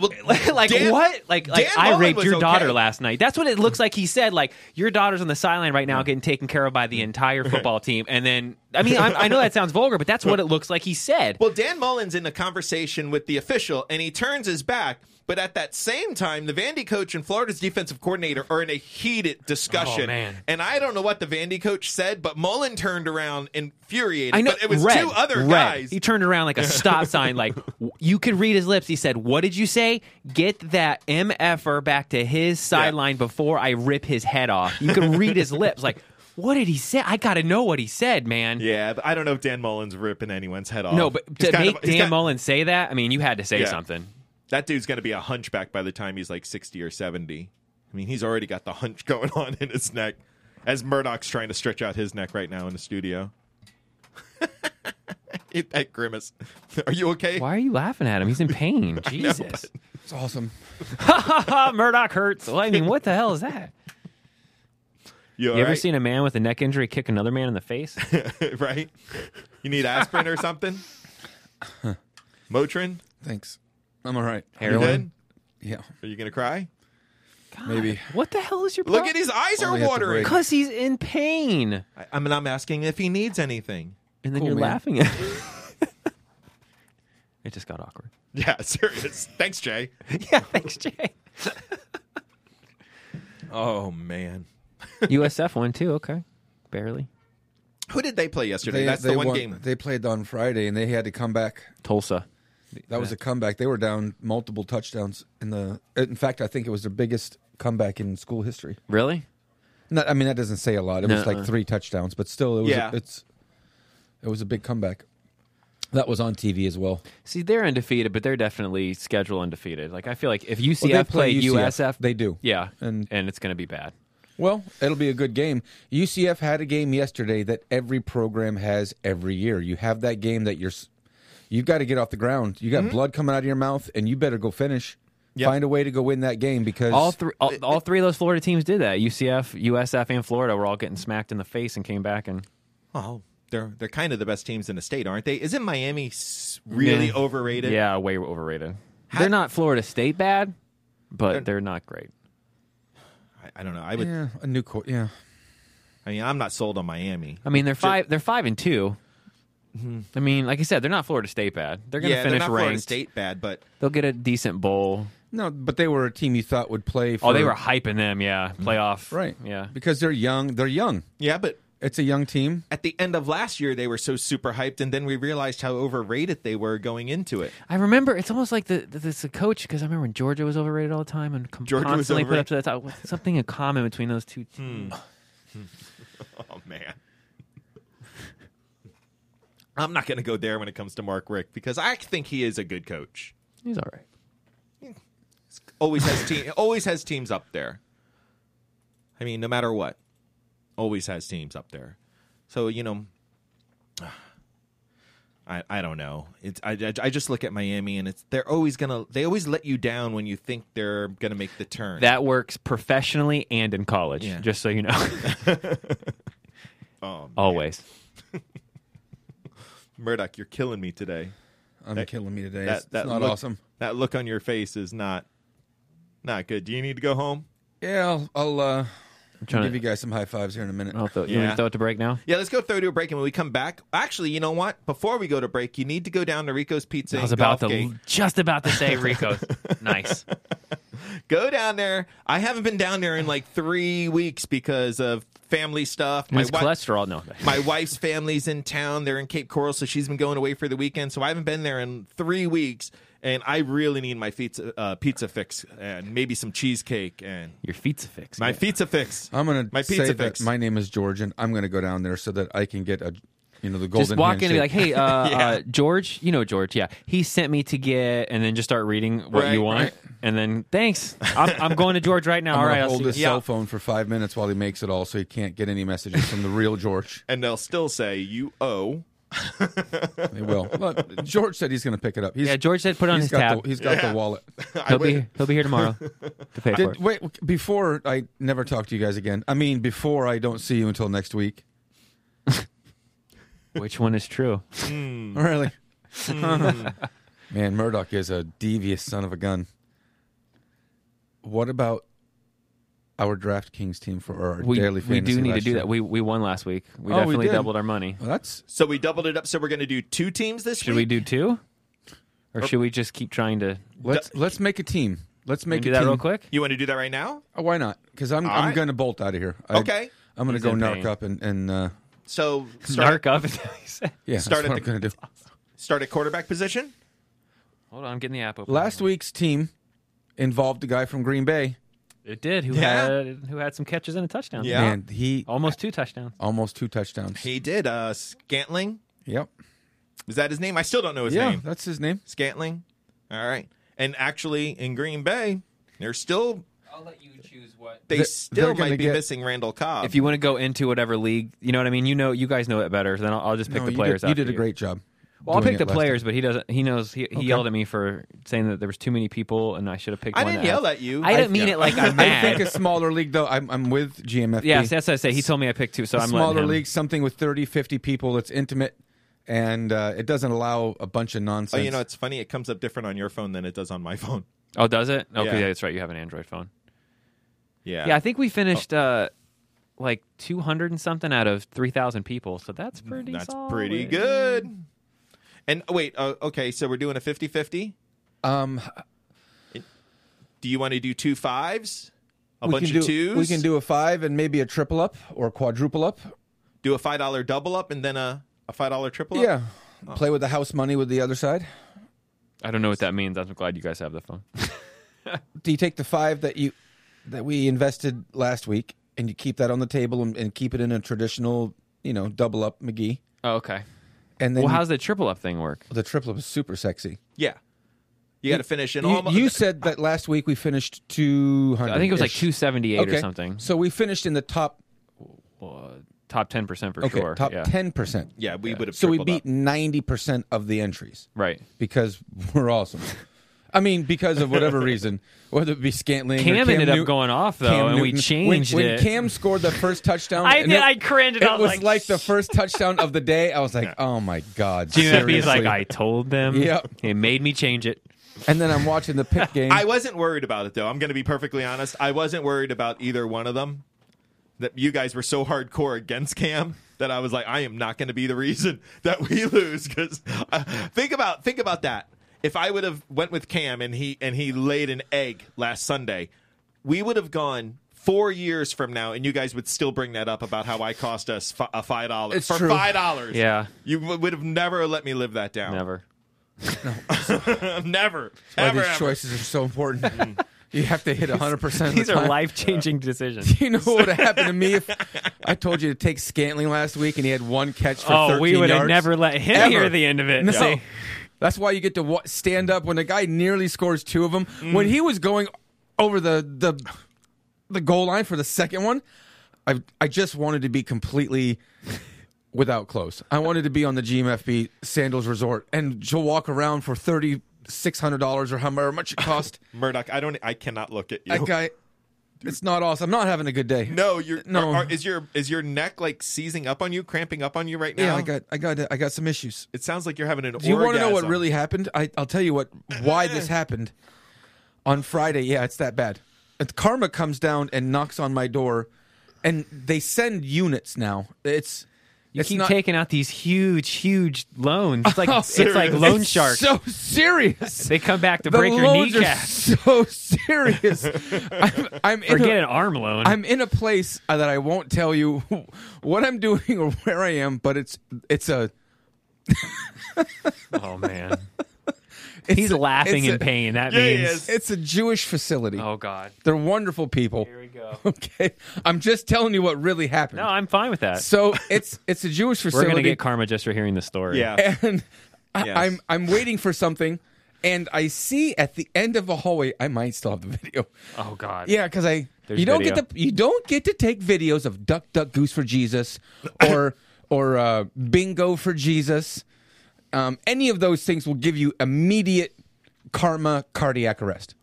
Well, like Dan- what? Like, like Dan I Mullen raped was your daughter okay. last night. That's what it looks like. He said like your daughter's on the sideline right now, getting taken care of by the [LAUGHS] entire football team. And then I mean I, I know that sounds vulgar, but that's what it looks like. He said. Well, Dan Mullen's in a conversation with the official, and he turns his back. But at that same time, the Vandy coach and Florida's defensive coordinator are in a heated discussion. Oh, man. And I don't know what the Vandy coach said, but Mullen turned around infuriated. I know but it was red, two other red. guys. He turned around like [LAUGHS] a stop sign. Like w- you could read his lips. He said, "What did you say? Get that mf'er back to his sideline before I rip his head off." You could read his lips. Like, what did he say? I got to know what he said, man. yeah, but I don't know if Dan Mullen's ripping anyone's head off. No, but He's to kind make of- he's got- Dan Mullen say that, I mean, you had to say Yeah. something. that dude's going to be a hunchback by the time he's like 60 or 70. I mean, he's already got the hunch going [LAUGHS] on in his neck as Murdoch's trying to stretch out his neck right now in the studio. [LAUGHS] It- that grimace. Are you okay? Why are you laughing at him? He's [LAUGHS] in pain. Jesus, Ah, It's awesome. [LAUGHS] Murdoch hurts. Well, I mean, what the hell [LAUGHS] is that? You, all you ever right? seen a man with a neck injury kick another man in the face? [LAUGHS] right? You need aspirin or something? Motrin? Thanks. I'm all right. You good? Yeah. Are you going to cry? Maybe. What the hell is your Look problem? at his eyes are Only at the watering. break. Because he's in pain. I, I mean, I'm asking if he needs anything. [LAUGHS] And then Cool, you're man. laughing at [LAUGHS] it. just got awkward. Yeah, serious. Thanks, Jay. [LAUGHS] yeah, thanks, [LAUGHS] Jay. Oh, man. USF won too. Okay, barely. Who did they play yesterday? That's the one won- game. They played on Friday and they had to come back. Tulsa. That was a comeback. They were down multiple touchdowns in the. In fact, I think it was their biggest comeback in school history. Really? Not, I mean, that doesn't say a lot. It was Nuh-uh. like three touchdowns, but still, it was. Yeah. A, it's. It was a big comeback. That was on TV as well. See, they're undefeated, but they're definitely schedule undefeated. Like I feel like if UCF Well, they play, USF, They do. yeah, and And- and it's gonna be bad. Well, it'll be a good game. UCF had a game yesterday that every program has every year. You have that game that you're s- you've got to get off the ground. You got Mm-hmm. blood coming out of your mouth and you better go finish. Yep. Find a way to go win that game because All three, all, all three of those Florida teams did that. UCF, USF, and Florida were all getting smacked in the face and came back and Well, they're they're kind of the best teams in the state, aren't they? Isn't Miami s- really Yeah. overrated? yeah, way overrated. How- they're not Florida State bad, but they're, not great. I, I don't know. I would. yeah, a new court. Yeah. I mean, I'm not sold on Miami. I mean, they're five. They're five and 2 I mean, like I said, they're not Florida State bad. They're going to Mm-hmm. yeah, they're finish not Florida ranked. State bad, but They'll get a decent bowl. No, but they were a team you thought would play for Oh, they were hyping them. Yeah, Mm-hmm. playoff. right. Yeah. Because they're young. They're young. yeah, but It's a young team. at the end of last year they were so super hyped, and then we realized how overrated they were going into it. I remember it's almost like the the, it's the coach because I remember when Georgia was overrated all the time and com- Georgia was constantly put up overrated. Hmm. to the top. What's Something in common between those two teams. Oh man. [LAUGHS] I'm not going to go there when it comes to Mark Rick because I think he is a good coach. He's all right. Always has team [LAUGHS] always has teams up there. I mean, no matter what. Always has teams up there. So, you know, [SIGHS] I, I don't know. It's I, I, I just look at Miami and it's they're always gonna they always let you down when you think they're gonna make the turn. That works professionally and in college. Yeah. Oh, Just so [LAUGHS] you know. Always. Murdoch, you're killing me today. I'm That- killing me today. That it's that not look, awesome. That look on your face is not not good. Do you need to go home? Yeah, I'll, I'll uh I'm trying give to. you guys some high fives here in a minute. I'll throw, You Yeah. want me to throw it to break now? Yeah, let's go throw to a break, and when we come back, actually, you know what? Before we go to break, you need to go down to Rico's Pizza. I was and about to, Golf Gate. just about [LAUGHS] to say Rico's. nice. go down there. I haven't been down there in like three weeks because of family stuff. It's wi- cholesterol. No. [LAUGHS] my wife's family's in town. They're in Cape Coral, so she's been going away for the weekend. So I haven't been there in three weeks, and I really need my pizza uh, pizza fix and maybe some cheesecake and Your feet's fixed. my Yeah. pizza fix. I'm gonna my say pizza that fix. my name is George, and I'm gonna go down there so that I can get a, you know, the golden. Just walk in and be like, handshake. "Hey, [LAUGHS] uh, Yeah. uh, George, you know George, yeah. He sent me to get, and then just start reading what Right, you want, right. and then thanks. I'm, I'm going to George right now. [LAUGHS] I'm All right, gonna I'll hold see his you." Yeah. cell phone for five minutes while he makes it all, so he can't get any messages from the real George. and they'll still say you owe [LAUGHS] They will. But George said he's going to pick it up. He's, Yeah, George said put it on he's his got tab. The, he's got the wallet. I He'll be waited. he'll be here [LAUGHS] tomorrow to pay for Did, it. wait, before I never talk to you guys again. I mean, before I don't see you until next week. Which one is true? Really? Hmm. [LAUGHS] Man, Murdoch is a devious son of a gun. What about our DraftKings team for our We, daily we fantasy? do need to last do year? that. We we won last week. We Oh, we definitely did. doubled our money. Well, that's So we doubled it up. So we're going to do two teams this Should we week. do two, or should we just keep trying to let's let's make a team. Let's make do a that team. real quick? You want to do that right now? Oh, why not? Because I'm All I'm right. going to bolt out of here. I, Okay. I'm going to He's go in narc pain. up and and uh, So start Narc up. [LAUGHS] he said. yeah. Start that's at what the- I'm going to do. start at quarterback position. Hold on, I'm getting the app open. Last week's team involved a guy from Green Bay. it did. Who Yeah. had who had some catches and a touchdown? Yeah. And he almost two touchdowns. almost two touchdowns. He did. Uh, Scantling Yep. is that his name? I still don't know his Yeah, name. that's his name. Scantling. All right. And actually, in Green Bay, they're still I'll let you choose what. they They're- still they're gonna might be get- missing Randall Cobb. If you want to go into whatever league, you know what I mean. You know, you guys know it better. Then I'll, I'll just pick No, the you players. did, you after did a great job. Well, I'll doing pick it the last players, but he doesn't. He knows. He, he Okay. yelled at me for saying that there was too many people, and I should have picked. I one didn't that had- yell at you. I didn't I- mean yeah. it like [LAUGHS] I'm I mad. think a smaller league, though. I'm, I'm with GMFB. yes, that's what I say. He told me I picked two, so a I'm letting smaller him. league, something with 30, 50 people. It's intimate, and uh, it doesn't allow a bunch of oh, nonsense. you know, it's funny. It comes up different on your phone than it does on my phone. [LAUGHS] Oh, does it? Okay, Yeah. yeah. that's right. You have an Android phone. Yeah. Yeah, I think we finished uh, like 200 and something out of 3,000 people, so that's pretty. That's solid. pretty good. And oh, wait, uh, okay, so we're doing a 50-50? um, Do you want to do two fives? A we bunch can of do, twos? We can do a five and maybe a triple up or quadruple up. do a five dollar double up and then a, a five dollar triple up? yeah, play with the house money with the other side. I don't know what that means. I'm glad you guys have the phone. Do you take the five that you that we invested last week and you keep that on the table and, and keep it in a traditional, you know, double up McGee? Oh, okay. And then Well, you- how's the triple up thing work? the triple up is super sexy. Yeah. You gotta finish in You, almost you said that last week we finished two hundred. I think it was like 278 or something. So we finished in the top. Well, uh, top 10% for Okay, sure. top yeah. ten percent. Yeah, we would have So we tripled up. beat ninety percent of the entries Right. because we're awesome. I mean, because [LAUGHS] of whatever reason, whether it be Scantling. or Cam ended up Newt- going off, though, Cam and we Newton. changed when, it. When Cam scored the first touchdown, [LAUGHS] I and did. it- I cringed. It I was was like, like [LAUGHS] the first touchdown of the day. I was like, oh my god. GMFB's like, seriously. I told them. Yep. It made me change it. And then I'm watching [LAUGHS] the pick game. I wasn't worried about it though. I'm gonna be perfectly honest. I wasn't worried about either one of them. That you guys were so hardcore against Cam that I was like, I am not gonna be the reason [LAUGHS] that we lose. Because think about think about that. If I would have went with Cam and he and he laid an egg last Sunday, we would have gone. Four years from now, and you guys would still bring that up about how I cost us fi- a five dollars It's for true. five dollars. Yeah. you w- would have never let me live that down. Never. [LAUGHS] never, Why ever, these ever. choices are [LAUGHS] so important. you have to hit 100 percent. Mm. These [LAUGHS] are life changing decisions. You know what would have happened to me if I told you to take Scantling last week and he had one catch for 13 Oh, we would have yards? never let him Ever. hear the end of it. No. See? That's why you get to wa- stand up when the guy nearly scores two of them. Mm. When he was going over the the the goal line for the second one, I I just wanted to be completely without clothes. I wanted to be on the GMFB Sandals Resort and to walk around for thirty six hundred dollars or however much [LAUGHS] it cost. Murdoch, I don't. I cannot look at you. that guy, it's not awesome. I'm not having a good day. [LAUGHS] No, you're No. Are, are- is your is your neck like seizing up on you, cramping up on you right now? Yeah, I got, I got, I got some issues. It sounds like you're having an. Do you want want to know what really happened? I, I'll tell you what, why [LAUGHS] this happened. On Friday, yeah, it's that bad. Uh, Karma comes down and knocks on my door, and they send units now. It's You it's keep not, Oh, taking out these huge, huge loans. [LAUGHS] It's like it's like serious. loan it's sharks. So serious. they come back to the break your loans are kneecap. [LAUGHS] [LAUGHS] so serious. I'm, I'm in Forget a- an arm loan. I'm in a place uh, that I won't tell you [LAUGHS] what I'm doing or where I am, but it's it's a oh man, it's he's a- laughing it's in a- pain. That Yeah, he means is. It's a Jewish facility. oh god. They're wonderful people. Here we go. [LAUGHS] Okay, I'm just telling you what really happened. No, I'm fine with that. so it's it's a Jewish We're facility, gonna get karma just for hearing the story. [LAUGHS] Yeah. and I, Yes. I'm I'm waiting for something, and I see at the end of a hallway. I might still have the video. [LAUGHS] Oh god. Yeah, because I There's you don't video. [COUGHS] get to you don't get to take videos of Duck Duck Goose for Jesus or or uh, bingo for Jesus. Um, any of those things will give you immediate karma cardiac arrest.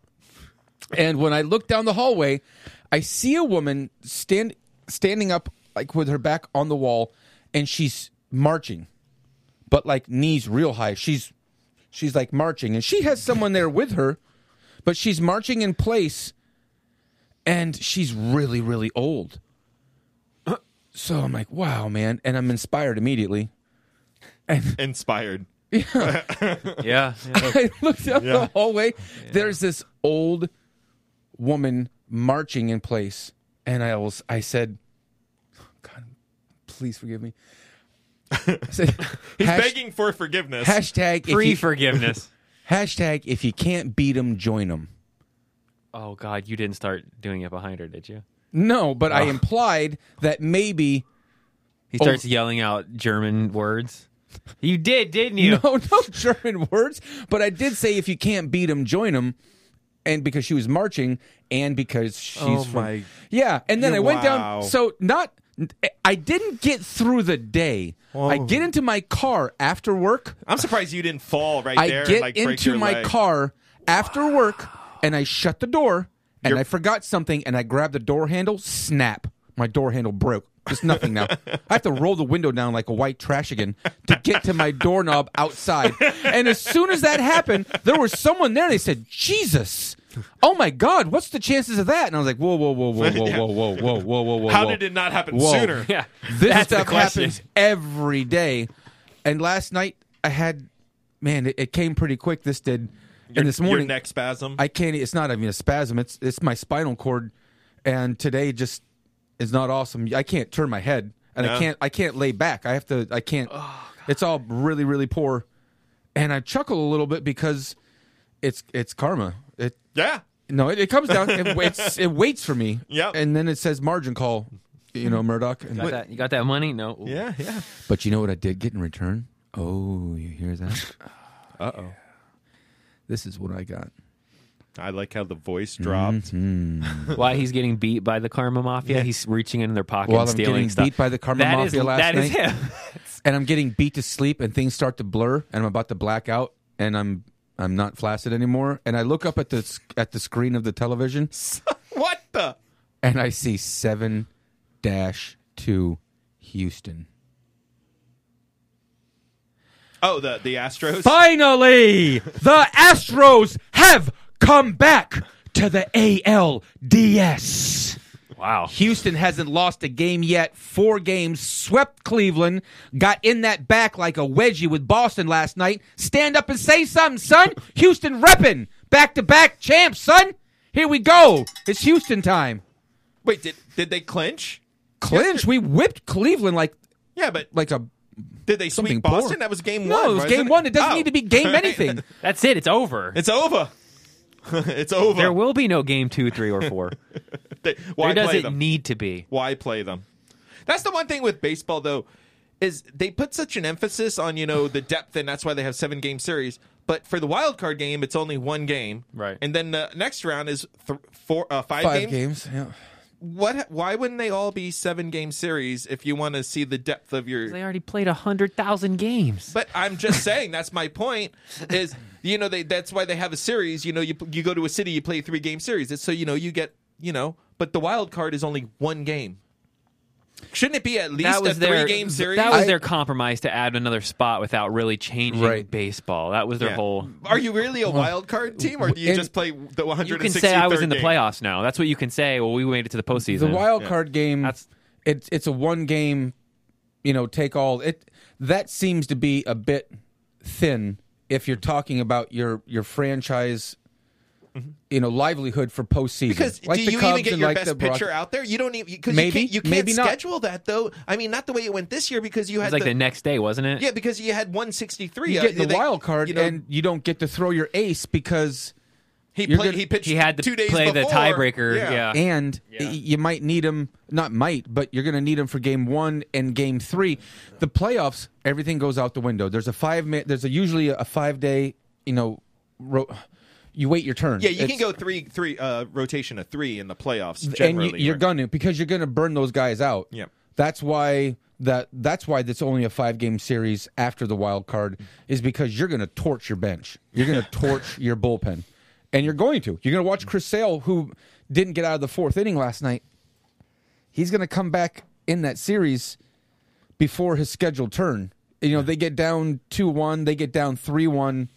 And when I look down the hallway, I see a woman stand standing up like with her back on the wall and she's marching. But like knees real high. She's she's like marching and she has someone there with her, but she's marching in place and she's really really old. [CLEARS THROAT] So I'm like, "Wow, man." And I'm inspired immediately. [LAUGHS] Inspired. Yeah. yeah. I looked down Yeah. the hallway. There's this old woman marching in place, and I was I said, "God, please forgive [LAUGHS] me." I said, He's "Hash- begging for forgiveness. hashtag if Free you, [LAUGHS] forgiveness. hashtag if you can't beat them, join them." Oh God, you didn't start doing it behind her, did you? No, but I implied that maybe He starts yelling out German words. Oh. You did, didn't you? no, [LAUGHS] no German words. But I did say if you can't beat them, join them. And because she was marching, and because she's Oh from- my- yeah. And then I went Wow. down. So not, I didn't get through the day. I Whoa. get into my car after work. I'm surprised you didn't fall right I there. and, get like, break into your my leg. car after work, and I shut the door, and I forgot something, and I grabbed the door handle. Snap! My door handle broke. There's [LAUGHS] nothing now. I have to roll the window down like a white trash again to get to my doorknob outside. And as soon as that happened, there was someone there. And they said, "Jesus, oh my God, what's the chances of that?" And I was like, "Whoa, whoa, whoa, [LAUGHS] whoa, whoa, whoa, whoa, whoa, whoa, whoa, whoa." How whoa. did it not happen Whoa. sooner? [LAUGHS] Yeah. This That's the [LAUGHS] stuff question. happens every day. And last night I had, man, it, it came pretty quick. This did, and this morning Your neck spasm. I can't. It's not even a spasm. It's it's my spinal cord, and today just is not awesome. I can't turn my head, and I Yeah. Oh, can't I can't lay back. I have to. I can't. it's all really really poor, and I chuckle a little bit because it's it's karma. It yeah. no, it, it comes down. It, waits it waits for me. [LAUGHS] Yep. and then it says margin call. You know, Murdoch. And Got that- you got that money? No. Ooh. Yeah, yeah. But you know what I did get in return? Oh, you hear [LAUGHS] that? uh oh. This is what I got. I like how the voice dropped. Mm-hmm. Why he's getting beat by the karma mafia? He's reaching into their pocket While and I'm stealing getting stuff. beat by the karma That is- mafia last that is night. him. And I'm getting beat to sleep and things start to blur and I'm about to black out and I'm I'm not flaccid anymore and I look up at the sc- at the screen of the television [LAUGHS] What the? and I see 7 dash 2 Houston. Oh, the the Astros. Finally, the Astros have come back to the ALDS. wow. Houston hasn't lost a game yet. Four games, swept Cleveland, got in that back like a wedgie with Boston last night. Stand up and say something, son. Houston reppin'. Back to back champs, son. Here we go. It's Houston time. Wait, did did they clinch? Clinch. We whipped Cleveland like Yeah, but like a did they sweep something Boston? poor. That was game no. one. it was wasn't game one. It doesn't Oh. need to be [LAUGHS] game anything. That's it. It's over. It's over. [LAUGHS] it's over. there will be no game two, three, or [LAUGHS] four. They- there why play doesn't them? need to be. why play them? That's the one thing with baseball though, is they put such an emphasis on you know the depth, and that's why they have seven game series. But for the wild card game, it's only one game, Right. And then the next round is th- four, uh, five, games. Yeah. What? Why wouldn't they all be seven game series if you want to see the depth of your? They already played hundred thousand games. But I'm just saying that's my point. Is you know they that's why they have a series. You know you you go to a city, you play three game series. It's so you know you get you know. But the wild card is only one game. Shouldn't it be at least that was a three their game series? That was I- their compromise to add another spot without really changing Right. baseball. That was their Yeah. whole. Are you really a wild card team, or do you and- just play the 163rd You can say I was in the game? playoffs now. That's what you can say. Well, we made it to the postseason. The wild card game. That's- it's it's a one game, you know, take all. It that seems to be a bit thin if you're talking about your your franchise, you know, livelihood for postseason. Because Like do the you Cubs even get and your like the best Bron- pitcher out there? You don't even because you Maybe, can't, you can't maybe not. schedule that though. I mean, not the way it went this year because you It had was like the, next day, wasn't it? yeah because you had 163. You uh, get the they- wild card, you know, and you don't get to throw your ace because he you're played. gonna- he pitched. He had to two days play the before. tiebreaker. Yeah. and y- you might need him. Not might, but you're going to need him for game one and game three. The playoffs, everything goes out the window. There's a five minute. There's a, usually a five day. You know, ro- you wait your turn. Yeah, you It's- can go three, three uh, rotation of three in the playoffs. and Generally, you, you're right? gonna because you're gonna burn those guys out. Yep. That's why that that's why that's only a five game series after the wild card is because you're going to torch your bench. You're going to torch your bullpen, and you're going to. You're going to watch Chris Sale, who didn't get out of the fourth inning last night. He's going to come back in that series before his scheduled turn. You know, they get down two one, they get down three one.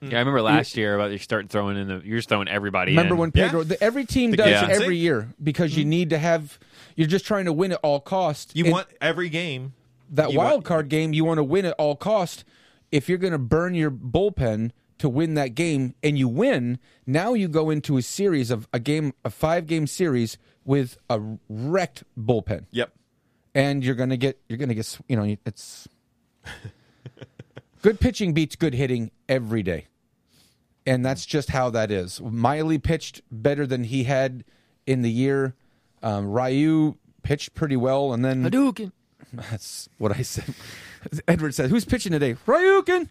Yeah, I remember last year about you start throwing in the you're just throwing everybody. Remember in. when Pedro? Yeah. The, every team does it consistency. every year because you need to have. You're just trying to win at all cost. Mm-hmm. You And want every game. that you wild want- card game. You want to win at all cost. If you're going to burn your bullpen to win that game and you win, now you go into a series of a game, a five game series with a wrecked bullpen, Yep. and you're going to get you're going to get s- you know it's [LAUGHS] good pitching beats good hitting every day. And that's just how that is. Miley pitched better than he had in the year. Um, Ryu pitched pretty well, and then Hadouken. [LAUGHS] that's what I said. Edward said, "Who's pitching today?" Ryukin.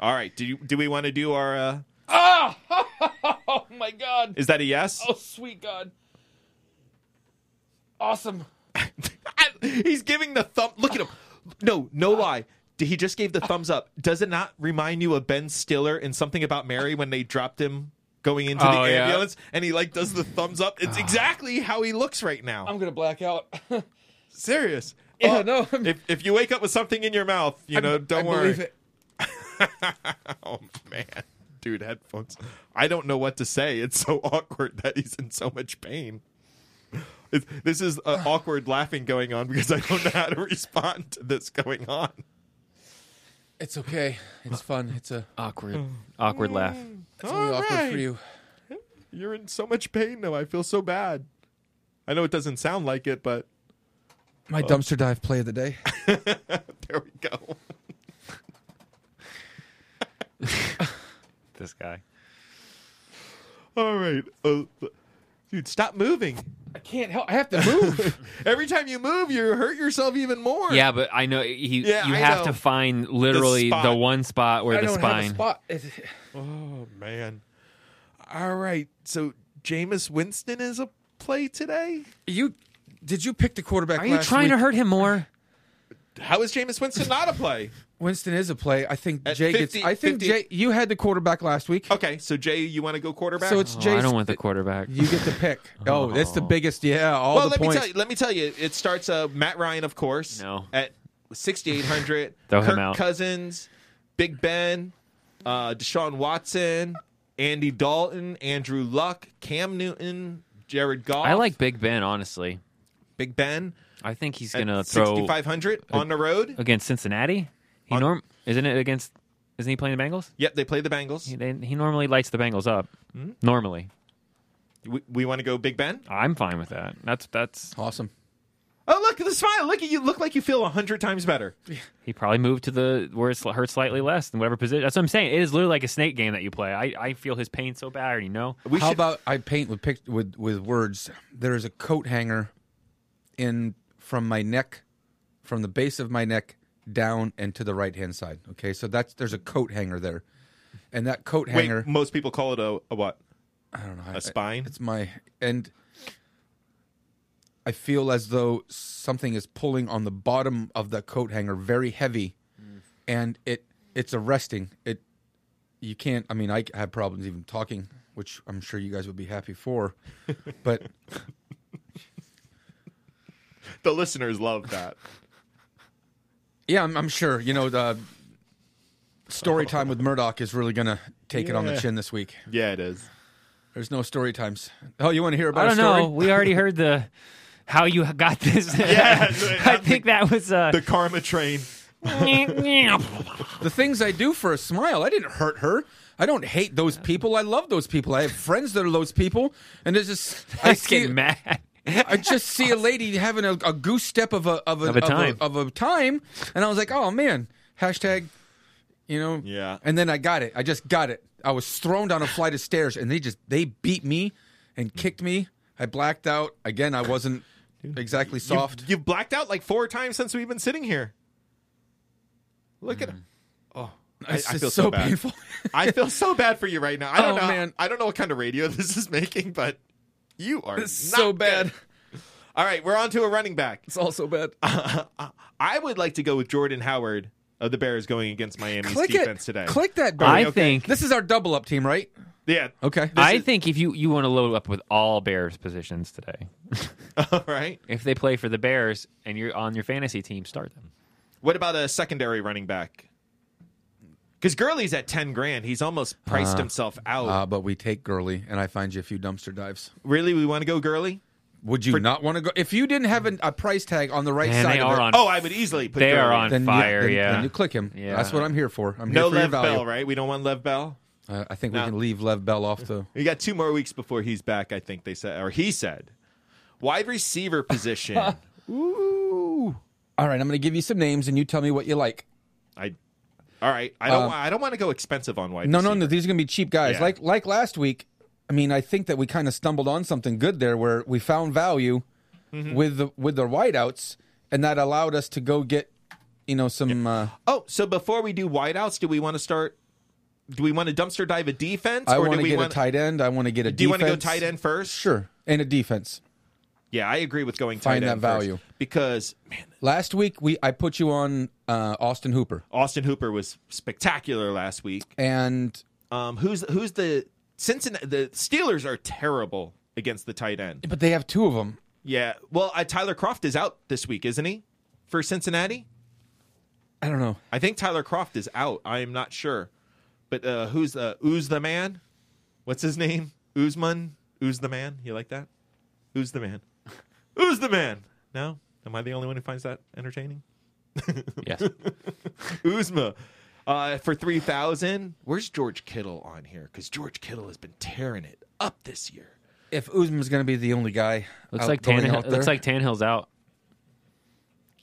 All right. Do you, do we want to do our? Uh, Oh my god! is that a yes? sweet god! Awesome. [LAUGHS] He's giving the thumb. Look at him. No, no lie. He just gave the thumbs up. Does it not remind you of Ben Stiller in something about Mary when they dropped him going into Oh, the yeah. Ah. ambulance and he like does the thumbs up? It's exactly how he looks right now. I'm gonna black out. [LAUGHS] serious. Yeah, Oh, no, I'm- If if you wake up with something in your mouth, you know, don't I worry. believe it. Oh man, dude, headphones. I don't know what to say. It's so [LAUGHS] awkward that he's in so much pain. It's, this is [SIGHS] uh, awkward laughing going on because I don't know how to respond to this going on. It's okay. It's fun. It's a Awkward, awkward laugh. Mm. it's only All awkward for right. you. You're in so much pain though. I feel so bad. I know it doesn't sound like it, but My dumpster dive play of the day. there we go. [LAUGHS] This guy. All right, uh, dude, stop moving. [LAUGHS] I can't help. I have to [LAUGHS] move. Every time you move, you hurt yourself even more. Yeah, but I know he. Yeah, you I have know. to find literally the, spot. one spot where I the don't spine. have a spot. It's- Oh man. All right. So Jameis Winston is a play today. You did you pick the quarterback? Are you trying to hurt him more? How is Jameis Winston not a play? Winston is a play. I think At Jay 50 gets. I think 50 Jay. You had the quarterback last week, Okay, so Jay, you want to go quarterback? so it's Oh, Jay. I don't want the quarterback. You get to pick. Oh, that's the biggest. Yeah, all well. the Let points. me tell you. Let me tell you. It starts uh, Matt Ryan, of course. No. At sixty eight hundred. [LAUGHS] Throw him Kirk out. Cousins, Big Ben, uh, Deshaun Watson, Andy Dalton, Andrew Luck, Cam Newton, Jared Goff. [LAUGHS] I like Big Ben honestly. Big Ben I think he's gonna at throw sixty five hundred on the road. against Cincinnati. He norm isn't it against? Isn't he playing the Bengals? Yep, they play the Bengals. He, they, he normally lights the Bengals up. Normally, We, we want to go Big Ben. I'm fine with that. That's that's Awesome. Oh, look the smile. Look at you. Look like you feel a hundred times better. he probably moved to the where it hurts slightly less than whatever position. That's what I'm saying. It is literally like a snake game that you play. I, I feel his pain so bad, you know. We How should- about I paint with pic- with with words? There is a coat hanger in from my neck, from the base of my neck down and to the right hand side. Okay, so that's there's a coat hanger there, and that coat wait? hanger. Most people call it a, a what? I don't know. I- A spine. It's my and I feel as though something is pulling on the bottom of the coat hanger very heavy Mm. and it it's arresting. It you can't I mean I have problems even talking, which I'm sure you guys would be [LAUGHS] happy for. But The listeners love [LAUGHS] that. yeah, I'm, I'm sure, you know, the story time with Murdoch is really going to take it on the Yeah. chin this week. yeah, it is. There's no story times. Oh, you want to hear about I don't a story? know. We already heard the how you got this. [LAUGHS] Yeah, I think that was uh, [LAUGHS] the karma train. the things I do for a smile. I didn't hurt her. I don't hate those people. I love those people. I have friends that are those people. And there's just I I see, get mad. I just see a lady having a, a goose step of a of a, Of a time. of a time, and I was like, oh man, hashtag, you know, Yeah. And then I got it. I just got it. I was thrown down a flight of stairs, and they just they beat me and kicked me. I blacked out again. I wasn't exactly soft. You've, you've blacked out like four times since we've been sitting here. Look at him. Oh, I, Hmm. It's I just feel so, bad. painful. I feel so bad for you right now. I don't [LAUGHS] Oh, know. man. [LAUGHS] I don't know what kind of radio this is making, but you are It's so not bad. good. All right, we're on to a running back. It's also bad. I would like to go with Jordan Howard of the Bears going against Miami's Click it. defense today. Click that. I Barry. think This is our double up team, right? Yeah. Okay. I think if you you want to load up with all Bears positions today, All [LAUGHS] right. if they play for the Bears and you're on your fantasy team, start [LAUGHS] them. What about a secondary running back? Because Gurley's at ten grand. He's almost priced himself out. Uh, but we take Gurley, and I find you a few dumpster dives. really, we want to go Gurley? Would you not want to go if you didn't have an, a price tag on the right And side? they of are it, on. Oh, I would easily put. they Gurley. are on then you- fire. then- yeah. then you click him. Yeah. That's what I'm here for. I'm here No for your Lev value. Bell, right? We don't want Lev Bell. Uh, I think No. we can leave Lev Bell off the. We got two more weeks before he's back. I think they said, or he said, wide receiver [LAUGHS] position. [LAUGHS] All right, I'm going to give you some names, and you tell me what you like. I. All right. I don't. wa- I don't want to go expensive on wide. Uh, No, receiver. no, no. These are going to be cheap guys. Yeah. Like like last week. I mean, I think that we kind of stumbled on something good there, where we found value Mm-hmm. with the with the wideouts, and that allowed us to go get, you know, some. Uh, Oh, so before we do wideouts, do we want to start? Do we want to dumpster dive a defense? I or want do to we get want, a tight end. I want to get a. Do you want to go defense. tight end first? Sure, and a defense. Yeah, I agree with going Find tight that end value. first because man, Last week we I put you on uh, Austin Hooper, Austin Hooper was spectacular last week. and Um, who's who's the Cincinnati? The Steelers are terrible against the tight end. but they have two of them. Yeah, well, uh, Tyler Croft is out this week, isn't he? For Cincinnati, I don't know. I think Tyler Croft is out. I am not sure, but uh, who's the who's the man? What's his name? Uzman. Who's the man? You like that? Who's the man? Who's the man? No, am I the only one who finds that entertaining? yes. Uzma. Uh, for three thousand, where's George Kittle on here? Because George Kittle has been tearing it up this year. If Uzman's going to be the only guy, Looks out- like going Tannehill, out there- looks like Tannehill's out.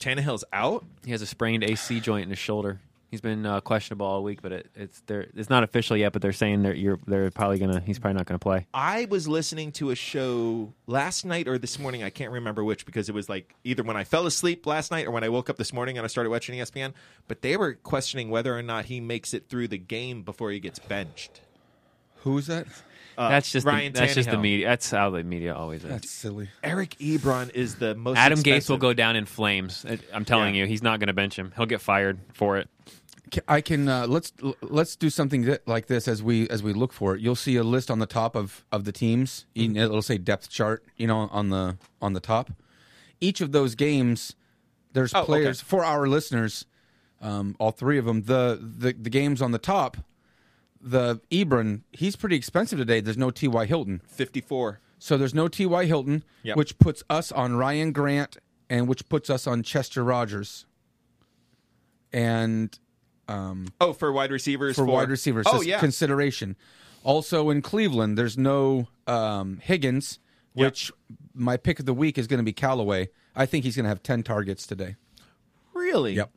Tannehill's out. He has a sprained AC joint in his shoulder. He's been uh, questionable all week, but it, it's they're, it's not official yet. But they're saying they're you're, they're probably gonna he's probably not gonna play. I was listening to a show last night or this morning. I can't remember which because it was like either when I fell asleep last night or when I woke up this morning and I started watching E ESPN. But they were questioning whether or not he makes it through the game before he gets benched. who's that? that's just Ryan the, that's just the Tannehill. media. That's how the media always is. That's silly. Eric Ebron is the most. Adam Gates expensive. will go down in flames. I- I'm telling Yeah. you, he's not going to bench him. He'll get fired for it. Ca- I can uh, let's l- let's do something that, like this as we as we look for it. You'll see a list on the top of of the teams. Mm-hmm. You know, It'll say depth chart, you know, on the on the top. Each of those games, there's Oh, okay. players for our listeners. Um, all three of them. The, the the games on the top. The Ebron, he's pretty expensive today. There's no T. Y. Hilton, fifty-four. so there's no T. Y. Hilton, Yep. which puts us on Ryan Grant and which puts us on Chester Rogers. And Oh, for wide receivers. for wide receivers. Oh That's yeah. consideration. Also in Cleveland, there's no um, Higgins, Yep. which my pick of the week is going to be Callaway. I think he's going to have ten targets today. really. Yep.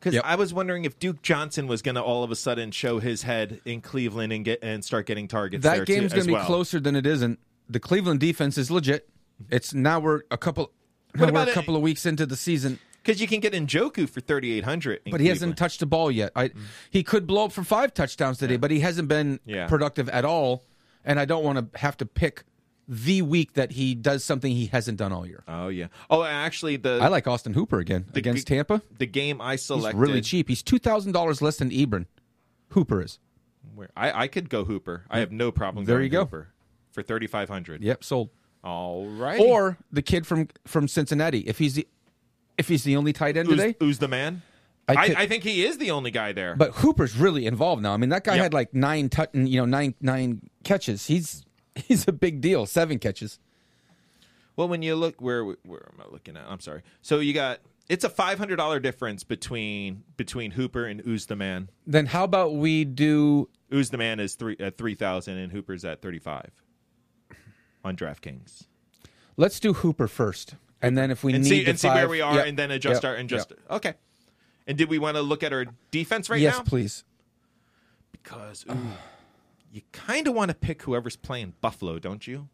Because Yep. I was wondering if Duke Johnson was going to all of a sudden show his head in Cleveland and get and start getting targets. That there too, game's going as to be well. closer than it isn't. The Cleveland defense is legit. It's now we're a couple. now What we're about a it- couple of weeks into the season, Because you can get Njoku for thirty eight hundred, but he hasn't touched the ball yet. I, Mm-hmm. He could blow up for five touchdowns today, but he hasn't been Yeah. productive at all. And I don't want to have to pick the week that he does something he hasn't done all year. oh yeah. Oh, actually, the I like Austin Hooper again against g- Tampa. the game I He's selected really cheap. He's two thousand dollars less than Ebron. Hooper is. Where, I, I could go Hooper. I have no problem. There going you go. Hooper for thirty five hundred. Yep, sold. All right. Or the kid from from Cincinnati. If he's the if he's the only tight end who's, today, who's the man? I I, could- I think he is the only guy there. but Hooper's really involved now. I mean, that guy Yep. had like nine tut- you know nine nine catches. He's [LAUGHS] he's a big deal. Seven catches. well, when you look where where am I looking at? I'm sorry. So you got it's a five hundred dollar difference between between Hooper and Who's the man. Then how about we do? Who's the man is three at three thousand and Hooper's at thirty five on DraftKings. Let's do Hooper first, and then if we and need see the and see where five- we are, Yep, and then adjust yep, our and just yep. okay. And did we want to look at our defense right yes, now? please. Because ooh, you kind of want to pick whoever's playing Buffalo, don't you?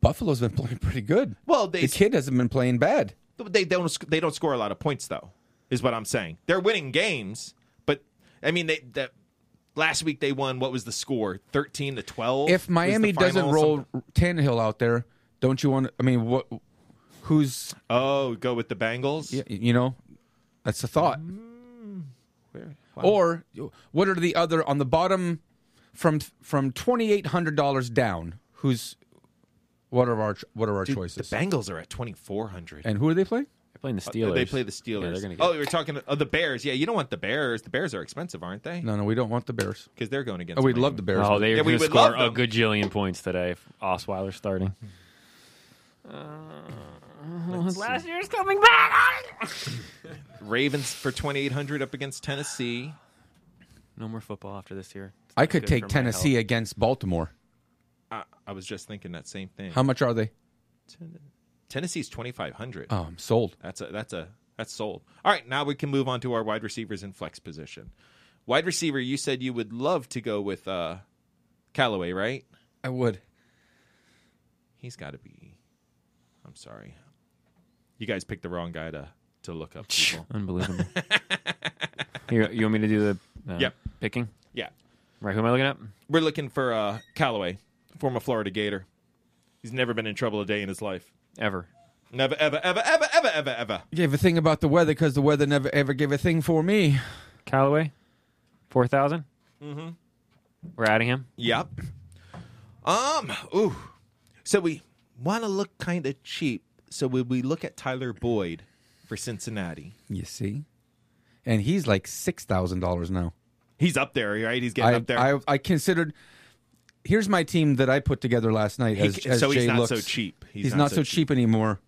Buffalo's been playing pretty good. Well, they the kid hasn't been playing bad. they don't sc- they don't score a lot of points though, is what I'm saying. They're winning games, but I mean they that last week they won. What was the score? Thirteen to twelve. if was the Miami doesn't final, roll something- Tannehill out there, don't you want? I mean, what? who's Oh, go with the Bengals. y- you know, that's the thought. Mm, Or what are the other on the bottom from from twenty eight hundred dollars down? Who's what are our what are our Dude, choices? The Bengals are at twenty four hundred. and who are they playing? They're playing the Steelers. Uh, They play the Yeah, Steelers. they're gonna get- oh, we were talking oh, the Bears. Yeah, you don't want the Bears. The Bears are expensive, aren't they? No, no, we don't want the Bears. Because they're going against. Oh, we'd my love team. the Bears. Oh, they Yeah, are we going to would score a love them. gajillion points today. if Osweiler's starting. last year's coming back. Ravens for twenty eight hundred up against Tennessee. No more football after this year. It's I not could good take for my Tennessee health. against Baltimore. I, I was just thinking that same thing. How much are they? Tennessee's twenty five hundred. Oh, I'm sold. That's a that's a that's sold. All right, now we can move on to our wide receivers and flex position. Wide receiver, you said you would love to go with uh, Callaway, right? I would. He's got to be. I'm sorry, you guys picked the wrong guy to to look [LAUGHS] up. People. Unbelievable. Here, you want me to do the uh, Yep. picking? yeah, Right, who am I looking at? we're looking for uh, Callaway, former Florida Gator. He's never been in trouble a day in his life. Ever. Never, ever, ever, ever, ever, ever, ever. Gave a thing about the weather because the weather never ever gave a thing for me. Callaway, 4,000? Mm-hmm. We're adding him. Yep. Um. Ooh. So we want to look kind of cheap. So would we look at Tyler Boyd for Cincinnati? You see, and he's like six thousand dollars now. He's up there, right? He's getting I, up there. I I considered. Here's my team that I put together last night. He- As, as so he's Jay not looks. so cheap. He's, not, so cheap, anymore,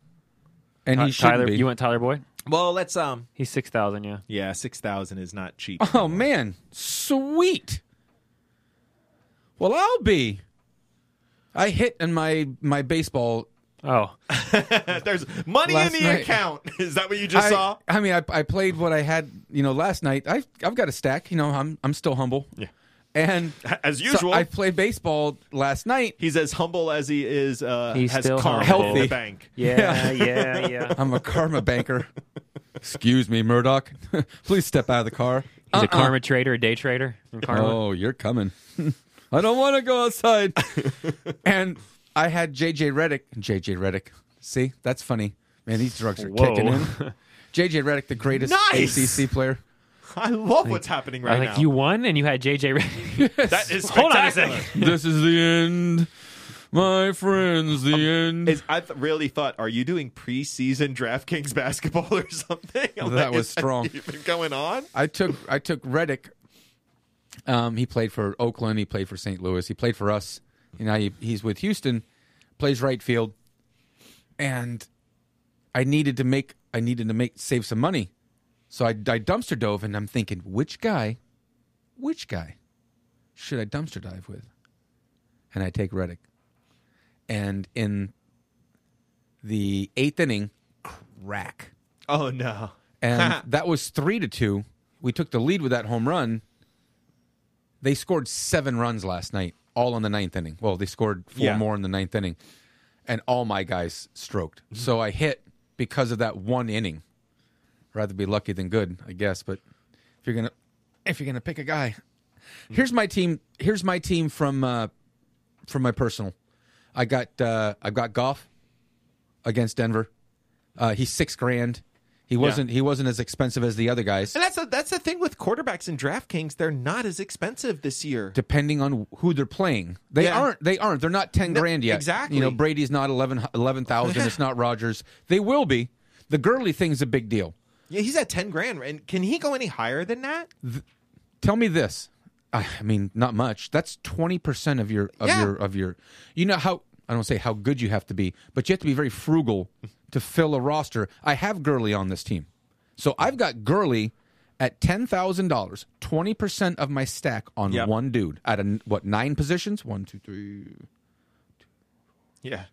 and he Ty- should Tyler, be. you want Tyler Boyd? Well, let's um. He's 6,000, yeah. Yeah, six thousand is not cheap. [LAUGHS] oh man, sweet. Well, I'll be. I hit in my my baseball. Oh, There's money Last in the night- account. [LAUGHS] Is that what you just I, saw? I mean, I, I played what I had. You know, last night I I've got a stack. You know, I'm I'm still humble. Yeah. And As so usual. I played baseball last night. He's as humble as he is. Uh, He's has still karma humble. in the Healthy. bank. [LAUGHS] yeah, yeah, yeah. I'm a karma banker. Excuse me, Murdoch. [LAUGHS] Please step out of the car. He's a karma trader, a day trader. in Karma. Oh, you're coming. [LAUGHS] I don't want to go [LAUGHS] outside. and I had JJ Reddick. JJ Reddick. See, that's funny. Man, these drugs are Whoa. kicking in. [LAUGHS] JJ Reddick, the greatest Nice! [LAUGHS] ACC player. I love what's happening right I think now. you won and you had JJ. Re- [LAUGHS] that is Hold on a spectacular. second. this is the end. My friends, the end. Is, I th- really thought, are you doing preseason DraftKings [LAUGHS] basketball or something? I'm That was is strong. Even going on? I took I took Reddick. Um, he played for Oakland. He played for St. Louis. He played for us. And now he, he's with Houston. Plays right field. And I needed to make I needed to make save some money, so I, I dumpster dove, and I'm thinking which guy, which guy, should I dumpster dive with? And I take Reddick. And in the eighth inning, crack Oh no! and that was three to two. We took the lead with that home run. They scored seven runs last night, all in the ninth inning. Well, they scored four Yeah. more in the ninth inning, and all my guys stroked. So I hit because of that one inning. Rather be lucky than good, I guess. But if you're gonna if you're gonna pick a guy, here's my team. Here's my team from uh, from my personal. I got uh, I got Goff against Denver. Uh, he's six grand. He wasn't he wasn't as expensive as the other guys. And that's the, that's the thing with quarterbacks in DraftKings; they're not as expensive this year. Depending on who they're playing, they Yeah. aren't they aren't they're not ten grand yet. exactly. You know Brady's not eleven eleven thousand. [LAUGHS] it's not Rogers. They will be. The Gurley thing's a big deal. Yeah, he's at ten grand, and can he go any higher than that? Tell me this. I I mean, not much. That's twenty percent of your of Yeah. your of your. You know how I don't say how good you have to be, but you have to be very frugal to fill a roster. I have Gurley on this team, so I've got Gurley at ten thousand dollars, twenty percent of my stack on Yep. one dude out of what nine positions? One, two, three. Yeah,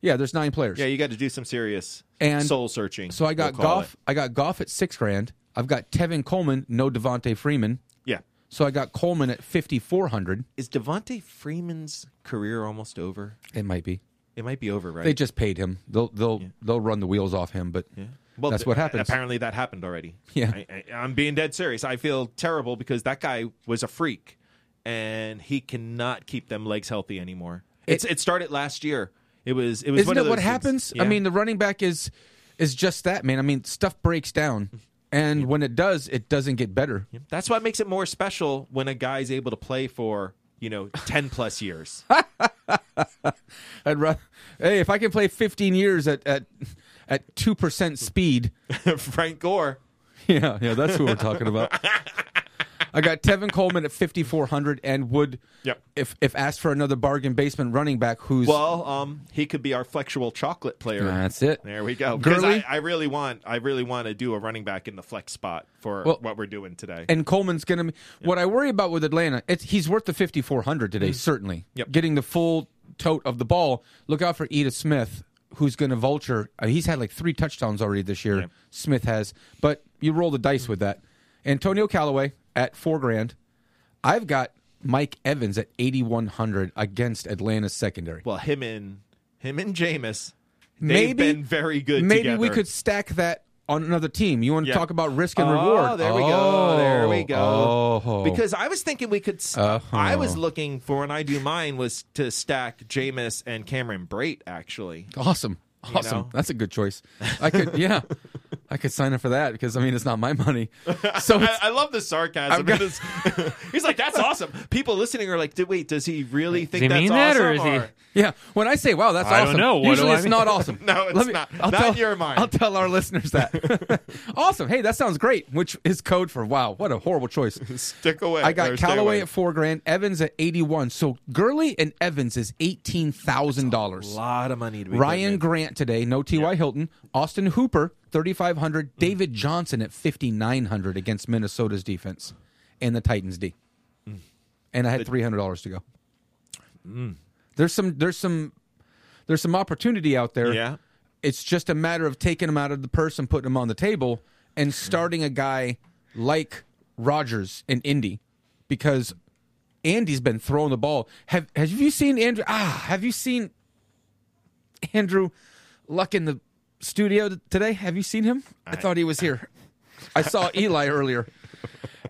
Yeah, there's nine players. yeah, you got to do some serious And- soul searching. so I got we'll call Goff. I got Goff at six grand. I've got Tevin Coleman, no Devontae Freeman. it. Yeah, So I got Coleman at fifty four hundred. is Devonte Freeman's career almost over? It might be. It might be over, right? They just paid him. They'll they'll they'll run the wheels off him, but Yeah. that's th- what happens. Apparently, that happened already. Yeah. I, I, I'm being dead serious. I feel terrible because that guy was a freak, and he cannot keep them legs healthy anymore. It's it started last year. It was. It was. Isn't one that of what those happens? things. I Yeah. mean, the running back is is just that, man. I mean, stuff breaks down, and when it does, it doesn't get better. That's what makes it more special when a guy's able to play for you [LAUGHS] know ten plus years. I'd rather, hey, if I can play 15 years at at at two percent speed, [LAUGHS] Frank Gore. yeah, yeah, that's who we're [LAUGHS] talking about. I got Tevin Coleman at 5400 and would Yep. if if asked for another bargain basement running back who's Well, um, he could be our flexual chocolate player. that's it. There we go. Because Gurley? I, I really want, I really want to do a running back in the flex spot for Well- what we're doing today. and Coleman's going to be what I worry about with Atlanta. It's he's worth the 5400 today certainly. Mm-hmm. Yep. Getting the full tote of the ball. Look out for Edith Smith who's going to vulture. Uh, he's had like 3 touchdowns already this year. Smith has, but you roll the dice with that. Antonio Callaway at 4 grand. I've got Mike Evans at 8100 against Atlanta's secondary. well, him and him and Jameis, they've Maybe- been very good. Maybe together. we could stack that on another team. You want to Yeah. talk about risk and oh, reward? there we go. There we Oh, go. oh. Uh-huh. Because I was thinking we could. s I I was looking for when I do mine was to stack Jameis and Cameron Brate. Actually, Awesome. Awesome. know? That's a good choice. [LAUGHS] I could, yeah, I could sign up for that because I mean it's not my money. [LAUGHS] So I, it's, I love the sarcasm. I've got- It is- [LAUGHS] he's like, "That's awesome." People listening are like, "Do- "Wait, does he really think he that's mean that, awesome?" or is he- yeah, when I say wow, that's I don't awesome. know. What Usually do I it's mean? not awesome. [LAUGHS] No, it's Let me- not. I'll Not tell, in your mind. I'll tell our listeners that. [LAUGHS] awesome. Hey, that sounds great. Which is code for wow. What a [LAUGHS] horrible choice. Stick away. I or got stay Callaway away. at four grand, Evans at eighty-one. So Gurley and Evans is eighteen thousand dollars. a lot of money to be Ryan getting. Grant today, no T.Y. Hilton. Austin Hooper, 3,500. David Johnson at 5,900 against Minnesota's defense and the Titans D. And I had $300 to go. There's some, there's some, there's some opportunity out there. Yeah. It's just a matter of taking them out of the purse and putting them on the table Hmm. and starting a guy like Rogers in Indy because Andy's been throwing the ball. Have have you seen Andrew? Ah, have you seen Andrew Luck in the studio t- today? Have you seen him? I thought he was here. I saw Eli earlier.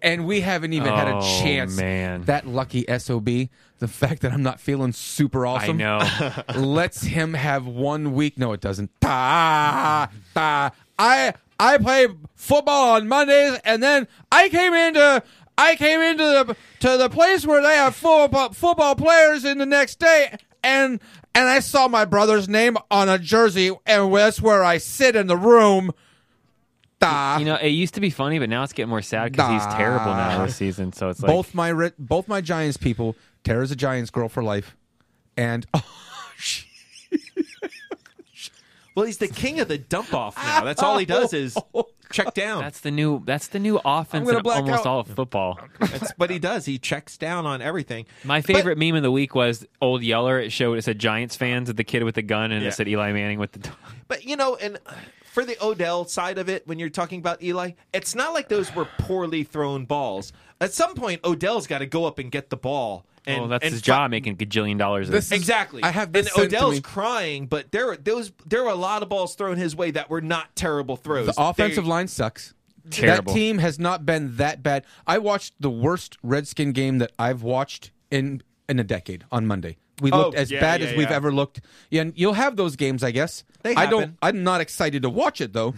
And we haven't even had a Oh, chance. man. That lucky SOB, the fact that I'm not feeling super awesome I lets him have one week. No, it doesn't. Ta, ta. I I play football on Mondays, and then I came into I came into the to the place where they have football football players in the next day, and and I saw my brother's name on a jersey, and that's where I sit in the room. Ta. know. [LAUGHS] you know, it used to be funny, but now it's getting more sad because he's Nah. terrible now this season. So it's like both my ri- both my Giants people. Tara's a Giants girl for life, and [LAUGHS] oh, Well, he's the king of the dump off now. That's [LAUGHS] all he does is check down. that's the new that's the new offense gonna in black almost out. all of football. That's what he does. He checks down on everything. My But- favorite meme of the week was old Yeller. It showed it said Giants fans with the kid with the gun, and Yeah. it said Eli Manning with the. dog. But you know, and for the Odell side of it, when you're talking about Eli, it's not like those were poorly thrown balls. At some point, Odell's got to go up and get the ball. And, oh, that's and his fi- job, making gajillion dollars. This is- Exactly. I have and this sent to Odell's me. crying, but there were those there were a lot of balls thrown his way that were not terrible throws. The offensive They- line sucks. Terrible. That team has not been that bad. I watched the worst Redskin game that I've watched in in a decade on Monday. We Oh, looked as yeah, bad yeah, as we've yeah. ever looked. Yeah, and you'll have those games, I guess. They I don't. happen. I'm not excited to watch it though.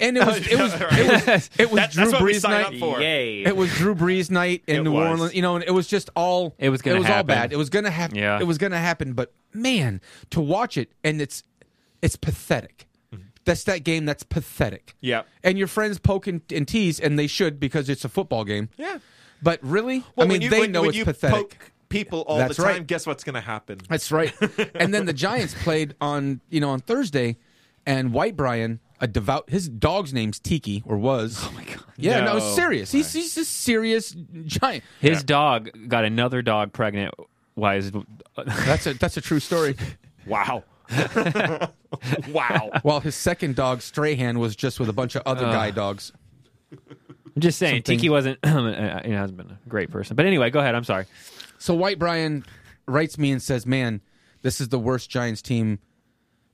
And it [LAUGHS] was it was Yeah, it was, right. it was That- Drew that's what we Brees signed night. up for. Yay! It was Drew Brees night in It New was. Orleans, you know, and it was just all It was gonna it was all happen. bad. It was gonna happen. Yeah. It was gonna happen. But man, to watch it and it's it's pathetic. Mm-hmm. That's that game. That's pathetic. Yep. And your friends poke and, and tease, and they should because it's a football game. Yeah. But really, Well, when I mean, you- they when- know when it's you pathetic. Poke people all That's the time. right. Guess what's going to happen? [LAUGHS] That's right. and then the Giants played on you know on Thursday, and White Brian, a devout, his dog's name's Tiki or was. Oh my god! Yeah, no, No. serious. He's he's a serious giant. His dog got another dog pregnant. Why is That's a that's a true story. Wow. [LAUGHS] wow. While his second dog Strahan was just with a bunch of other guy dogs. I'm just saying Something- Tiki wasn't [CLEARS THROAT] uh, you know, hasn't been a great person. But anyway, go ahead. I'm sorry. So White Brian writes me and says, "Man, this is the worst Giants team,"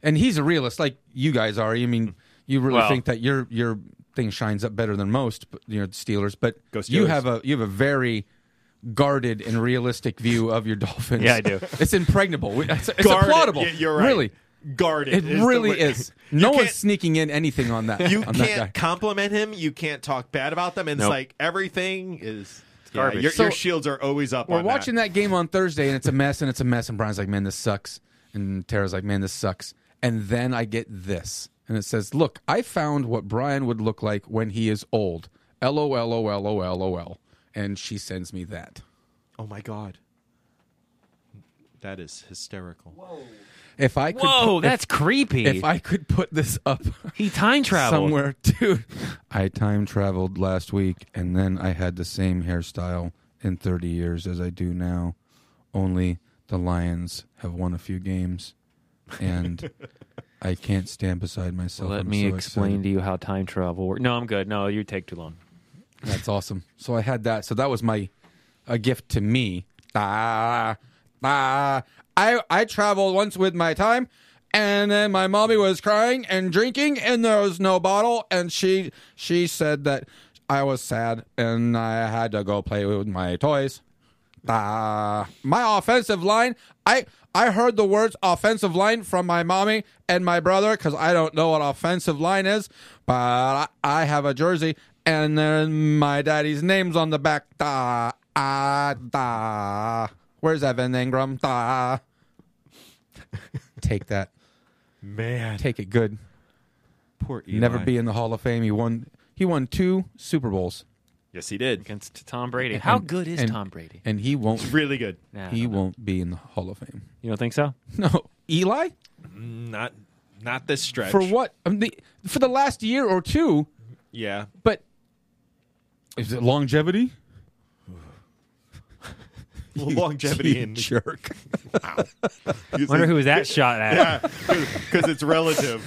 and he's a realist, like you guys are. I mean, you really Well- think that your your thing shines up better than most, but, you know, the Steelers. But Go Steelers. you have a you have a very guarded and realistic view of your Dolphins. Yeah, I do. [LAUGHS] It's impregnable. We- It's, it's Guarded. applaudable. Yeah, you're right. Really, guarded. It is the really word. is. You No can't- one's sneaking in anything on that. [LAUGHS] You on can't That guy. compliment him. You can't talk bad about them. And Nope. it's like everything is Yeah, garbage. your, your So- shields are always up. We're on watching that. game on Thursday, and it's a mess, and it's a mess. And Brian's like, "Man, this sucks," and Tara's like, "Man, this sucks." And then I get this, and it says, "Look, I found what Brian would look like when he is old." LOL, LOL, LOL, LOL. And she sends me that. Oh my god, that is hysterical. If I could, Whoa, put- that's creepy. if, if I could put this up he time traveled. somewhere, [LAUGHS] dude. I time traveled last week, and then I had the same hairstyle in 30 years as I do now. Only the Lions have won a few games, and I can't stand beside myself. Let I'm me so explain excited. to you how time travel works. No, I'm good. No, you take too long. That's awesome. So I had that. So that was my a gift to me. Ah, ah. I I traveled once with my time, and then my mommy was crying and drinking, and there was no bottle, and she she said that I was sad, and I had to go play with my toys. Ah, my offensive line. I I heard the words offensive line from my mommy and my brother because I don't know what offensive line is, but I, I have a jersey and then my daddy's name's on the back. Da ah da. Where's Evan Ingram? Da. [LAUGHS] Take that. Man, Take it good. poor Eli. Never be in the Hall of Fame. He won. He won two Super Bowls, Yes, he did. Against Tom Brady. How good is and- Tom Brady? and he won't. Really good. Nah, I He don't know. won't be in the Hall of Fame. [LAUGHS] You don't think so? No, Eli. Not not this stretch. For what? I mean, the, for the last year or two, Yeah. but is it longevity? Longevity [LAUGHS] You in jerk. [LAUGHS] Wonder who was [LAUGHS] that shot at. because it's relative.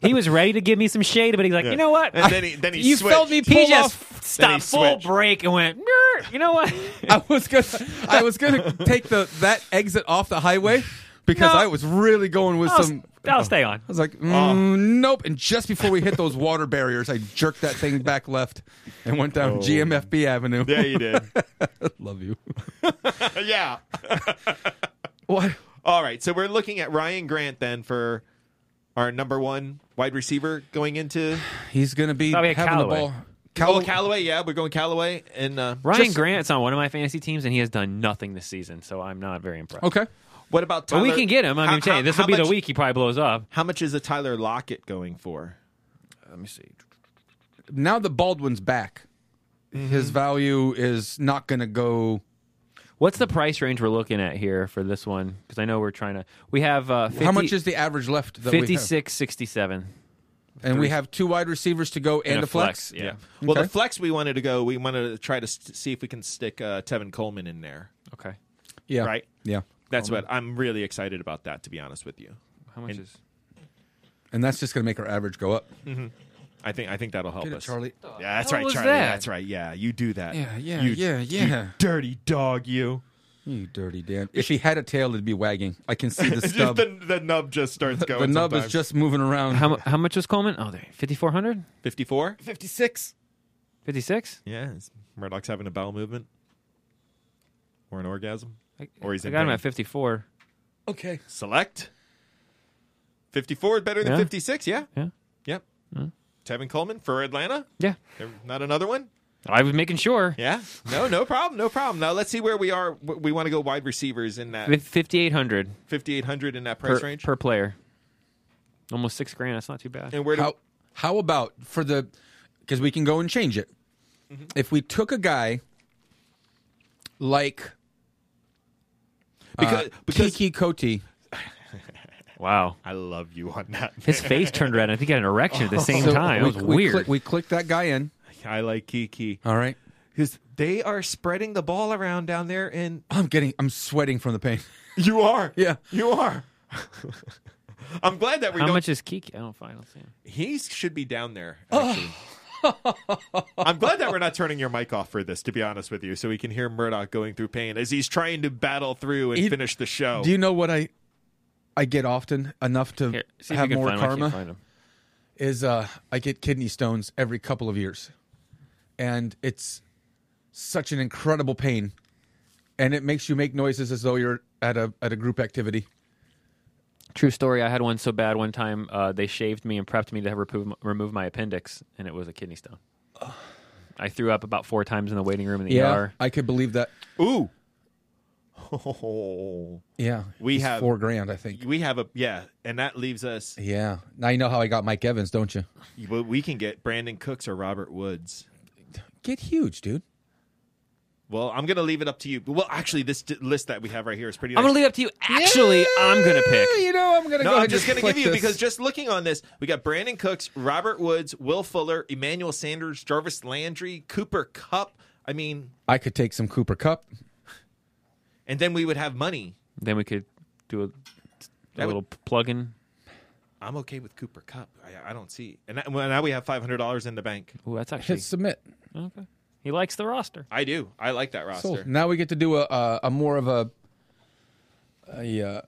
He was ready to give me some shade, but he's like, you know what? And then he then [LAUGHS] he you switched. felt he me pull just off. Then stopped he full switched. break and went. "Grr." You know what? I was gonna, I was [LAUGHS] gonna take the that exit off the highway because No. I was really going with I'll, some. I'll stay on. I was like, Oh. mm, nope. And just before we hit those water barriers, I jerked that thing back left and went down GMFB Avenue. Oh. [LAUGHS] Yeah, you did. Love you. [LAUGHS] [LAUGHS] yeah. What? All right. So we're looking at Ryan Grant then for our number one wide receiver going [SIGHS] into He's gonna be Thought we having had the Callaway. ball. Call- Callaway. Yeah, we're going Callaway and uh, Ryan just- Grant's on one of my fantasy teams, and he has done nothing this season, so I'm not very impressed. Okay. What about But Tyler? we can get him. I How- mean, tell how- you, this how will be the much- week he probably blows up. How much is a Tyler Lockett going for? Let me see. now the Baldwin's back, Mm-hmm. his value is not going to go. What's the price range we're looking at here for this one? Because I know we're trying to. We have uh, 50, How much is the average left that fifty six sixty seven we have? And we have two wide receivers to go and, a flex. Yeah. Well, Okay. the flex we wanted to go. We wanted to try to st- see if we can stick uh, Tevin Coleman in there. Okay. Yeah. Right. Yeah. That's what I'm really excited about. That to be honest with you, How much And- is? And that's just going to make our average go up. I think I think that'll help Get it, us. Charlie. Yeah, that's hell right, was Charlie. that? That's right. Yeah, you do that. Yeah, yeah, you, yeah, yeah. You dirty dog, you. You dirty damn. If he had a tail, it'd be wagging. I [LAUGHS] can see the It's stub. just the, the nub just starts going. [LAUGHS] the nub sometimes. is just moving around. How, mu- how much was Coleman? Oh, there, fifty four hundred, 54. 56. fifty six. Yeah, is Murdoch's having a bowel movement or an orgasm, or he's I in got him pain. at fifty four. Okay. Select. 54 is better than Yeah. 56. Yeah. Yeah. Yep. Tevin Coleman for Atlanta. Yeah, There- Not another one. I was making sure. Yeah. No, no problem. No problem. Now let's see where we are. W- We want to go wide receivers in that With fifty eight hundred 5,800 in that price per, range. per player, almost six grand. That's not too bad. and where do How, how about for the. Because we can go and change it. Mm-hmm. If we took a guy like because, uh, because Kiki Cote. Wow, I love you on that. [LAUGHS] his face turned red. I think he had an erection at the same So time. We, it was we weird. click- we clicked that guy in. I like Kiki. All right. Because they are spreading the ball around down there, and I'm getting. I'm sweating from the pain. you are. Yeah. you are. [LAUGHS] I'm glad that we how don't. much is Kiki? I don't find. I don't see him. He should be down there. [LAUGHS] Actually. I'm glad that we're not turning your mic off for this. To be honest with you, so we can hear Murdoch going through pain as he's trying to battle through and He- finish the show. Do you know what I? I get often enough to Here, see if have you can more find him. I can't karma. find him. Is uh, I get kidney stones every couple of years, and it's such an incredible pain, and it makes you make noises as though you're at a at a group activity. True story. I had one so bad one time. Uh, they shaved me and prepped me to remove, remove my appendix, and it was a kidney stone. I threw up about four times in the waiting room in the ER. I could believe that. Ooh. [LAUGHS] Oh, Yeah, We it's have- four grand, I think. we have a yeah, and that leaves us. Yeah, now you know how I got Mike Evans, don't you? But we can get Brandon Cooks or Robert Woods. Get huge, dude. Well, I'm gonna leave it up to you. Well, actually, this d- list that we have right here is pretty. I'm nice. gonna leave it up to you. Actually, I'm gonna pick. Yeah, You know, I'm gonna. go No, ahead I'm just and going to give click you this. because just looking on this, we got Brandon Cooks, Robert Woods, Will Fuller, Emmanuel Sanders, Jarvis Landry, Cooper Cup. I mean, I could take some Cooper Cup. and then we would have money. Then we could do a, a would- little plug-in. I'm okay with Cooper Cup. I, I don't see. And that- well, now we have $500 in the bank. Ooh, that's actually Hit submit. okay. He likes the roster. I do. I like that roster. So now we get to do a a, a more of a a uh,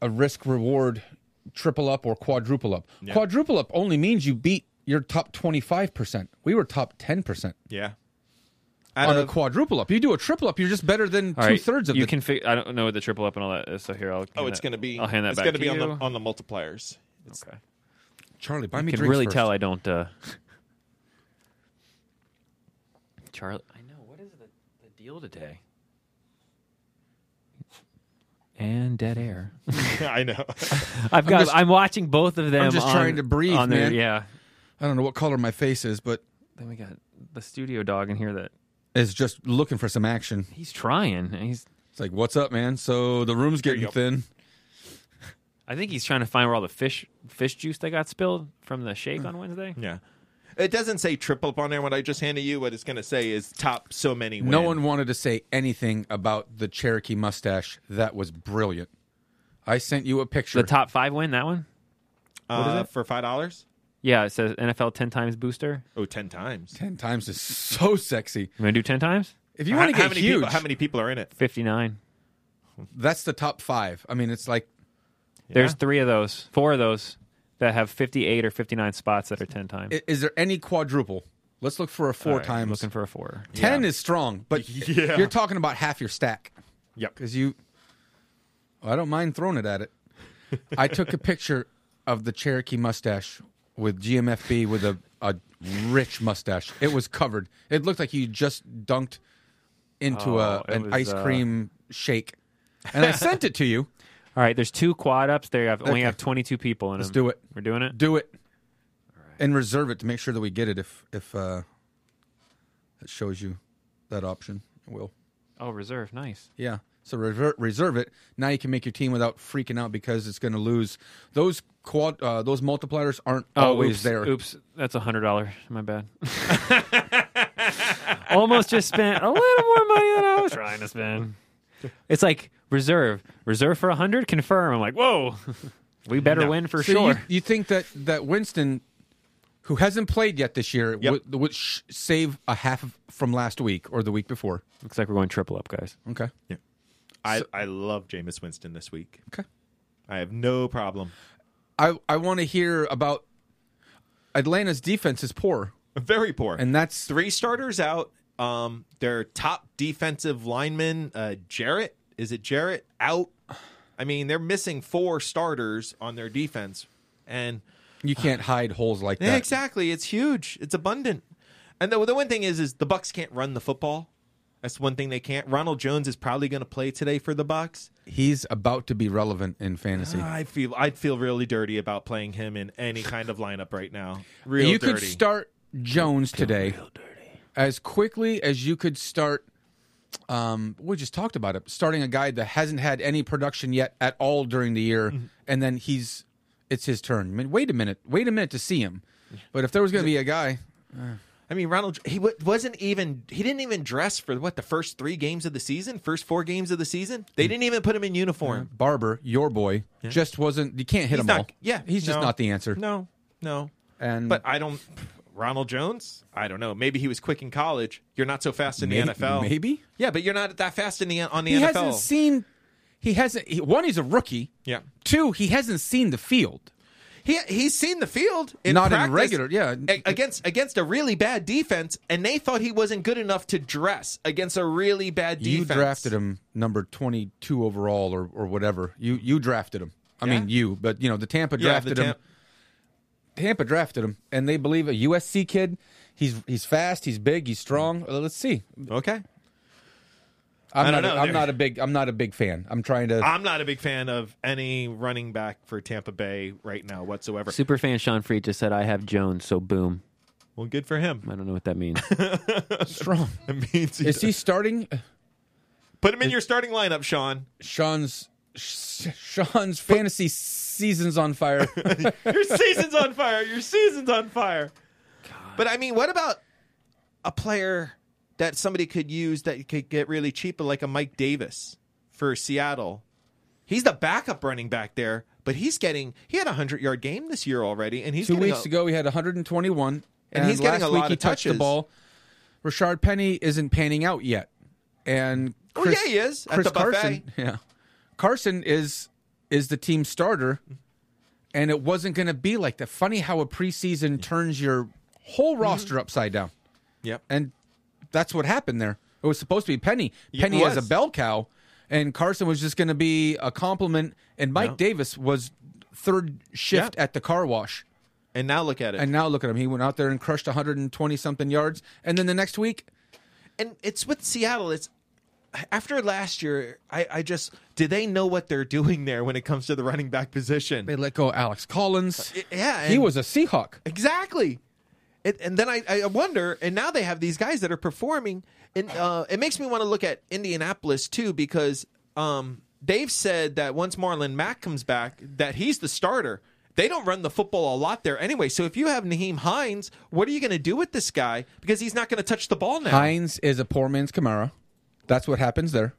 a risk reward triple up or quadruple up. Quadruple up only means you beat your top twenty five percent. We were top ten percent Yeah. Out on a of, quadruple up. You do a triple up, you're just better than All two right, thirds of you the. can. Fi- I don't know what the triple up and all that is. So here, I'll. oh, hand it's that- going to be. I'll hand that it's back gonna to be on you. the on the multipliers. [LAUGHS] It's, okay. Charlie, buy me You can drinks really first. tell I don't. Uh... Charlie, I know. What is the, the deal today? And dead [LAUGHS] air. I know. [LAUGHS] I've got. I'm, just- watching both of them. just on- trying to breathe, on their- man. yeah. I don't know what color my face is, but Then we got the studio dog in here that it's just looking for some action. he's trying. and He's. It's like, what's up, man? So the room's you getting go. thin. I think he's trying to find where all the fish fish juice that got spilled from the shake Hmm. on Wednesday. yeah. It doesn't say triple up on there. What I just handed you, what it's going to say is top so many. No win. one wanted to say anything about the Cherokee mustache. That was brilliant. I sent you a picture. The top five win that one. uh, for five dollars. Yeah, it says NFL ten times booster. Oh, 10 times. Ten times is [LAUGHS] so sexy. You want to do ten times? If you want to how, get many huge, People, how many people are in it? Fifty nine. that's the top five. I mean, it's like There's Yeah. three of those, four of those that have 58 or 59 spots that are 10 times. i- is there any quadruple? Let's look for a four All right, I'm times. looking for a four. Ten is strong, [LAUGHS] but Yeah. you're talking about half your stack. Yep. Because you, well, I don't mind throwing it [LAUGHS] at it. I took a picture of the Cherokee mustache with GMFB with a, a rich mustache. It was covered. It looked like you just dunked into Oh, a it an was, ice uh, cream shake. And I sent it to you. All right, there's two quad ups. They have, only have 22 people in Let's them. do it. We're doing it? Do it and reserve it to make sure that we get it if if uh, it shows you that option. It will. Oh, reserve. Nice. Yeah. So reserve, reserve it. Now you can make your team without freaking out because it's going to lose. Those quad, uh, those multipliers aren't Oh, always Oh, oops, there. Oops. That's $100. My bad. [LAUGHS] Almost just spent a little more money than I was trying to spend. It's like reserve. Reserve for 100? Confirm. I'm like, whoa. [LAUGHS] We better win for So sure. You, you think that that Winston, who hasn't played yet this year, Yep. would, would sh- save a half of- from last week or the week before? Looks like we're going triple up, guys. Okay. I, I love Jameis Winston this week. Okay. I have no problem. I I want to hear about Atlanta's defense is poor, Very poor. and that's three starters out. Um, their top defensive lineman, uh, Jarrett. Is it Jarrett out? I mean, they're missing four starters on their defense, and you can't hide holes like Yeah, that. exactly. It's huge. It's abundant. And the, the one thing is, is the Bucks can't run the football. That's one thing they can't. Ronald Jones is probably going to play today for the Bucks. He's about to be relevant in fantasy. I feel I'd feel really dirty about playing him in any kind of lineup right [LAUGHS] now. Real you dirty. could start Jones today as quickly as you could start. Um, we just talked about it. Starting a guy that hasn't had any production yet at all during the year, Mm-hmm. and then he's it's his turn. I mean, wait a minute, wait a minute to see him. But if there was going to be a guy, I mean, Ronald he w- wasn't even he didn't even dress for what the first 3 games of the season, first 4 games of the season. Mm. They didn't even put him in uniform. Barber, your boy, just wasn't. You can't hit He's him not- Mm. all. yeah, he's just no. not the answer. No. No. And But I don't Ronald Jones? I don't know. Maybe he was quick in college. You're not so fast in Maybe- the NFL. maybe? Yeah, but you're not that fast in the on the he NFL. hasn't seen. He hasn't. He, one, he's a rookie. Yeah. Two, he hasn't seen the field. He he's seen the field in Not in practice regular, yeah. a- against against a really bad defense, and they thought he wasn't good enough to dress against a really bad defense. You drafted him number 22 overall or, or whatever. You you drafted him. I mean, you, but you know, the Tampa Yeah, the drafted him. Tampa- Tampa drafted him, and they believe a USC kid. He's he's fast. He's big. He's strong. Uh, Let's see. Okay. I'm I not. don't know. A, I'm not a big. I'm not a big fan. I'm trying to. I'm not a big fan of any running back for Tampa Bay right now whatsoever. Super fan Sean Freed just said, "I have Jones, so boom." Well, good for him. I don't know what that means. [LAUGHS] strong. [LAUGHS] It means he Is he starting? Put him in your starting lineup, Sean. Sean's Sean's fantasy season's on fire. Your season's on fire. Your season's on fire. But I mean, what about a player that somebody could use that could get really cheap, like a Mike Davis for Seattle? He's the backup running back there, but he's getting he had a hundred yard game this year already, and he's Two getting weeks a- ago, he had 121, And he's last getting a week lot he of touched the touches. ball. Rashard Penny isn't panning out yet, and Oh, Chris, yeah, he is, at Chris the buffet. Carson, yeah, Carson is is the team starter, and it wasn't going to be like that. Funny how a preseason turns your Mm-hmm. whole roster upside down, Yep. and that's what happened there. It was supposed to be Penny. Penny as a was. bell cow, and Carson was just going to be a compliment, and Mike Davis was third shift Yeah. at the car wash. And now look at it. And now look at him. He went out there and crushed 120 something yards. And then the next week, and it's with Seattle. It's after last year. I, I just do they know what they're doing there when it comes to the running back position? they let go Alex Collins. Uh, yeah, he and- was a Seahawk. Exactly. And, and then I, I wonder, and now they have these guys that are performing, and uh, it makes me want to look at Indianapolis too because um, they've said that once Marlon Mack comes back, that he's the starter. They don't run the football a lot there anyway. So if you have Naheem Hines, what are you going to do with this guy? Because he's not going to touch the ball now. Hines is a poor man's Kamara. That's what happens there.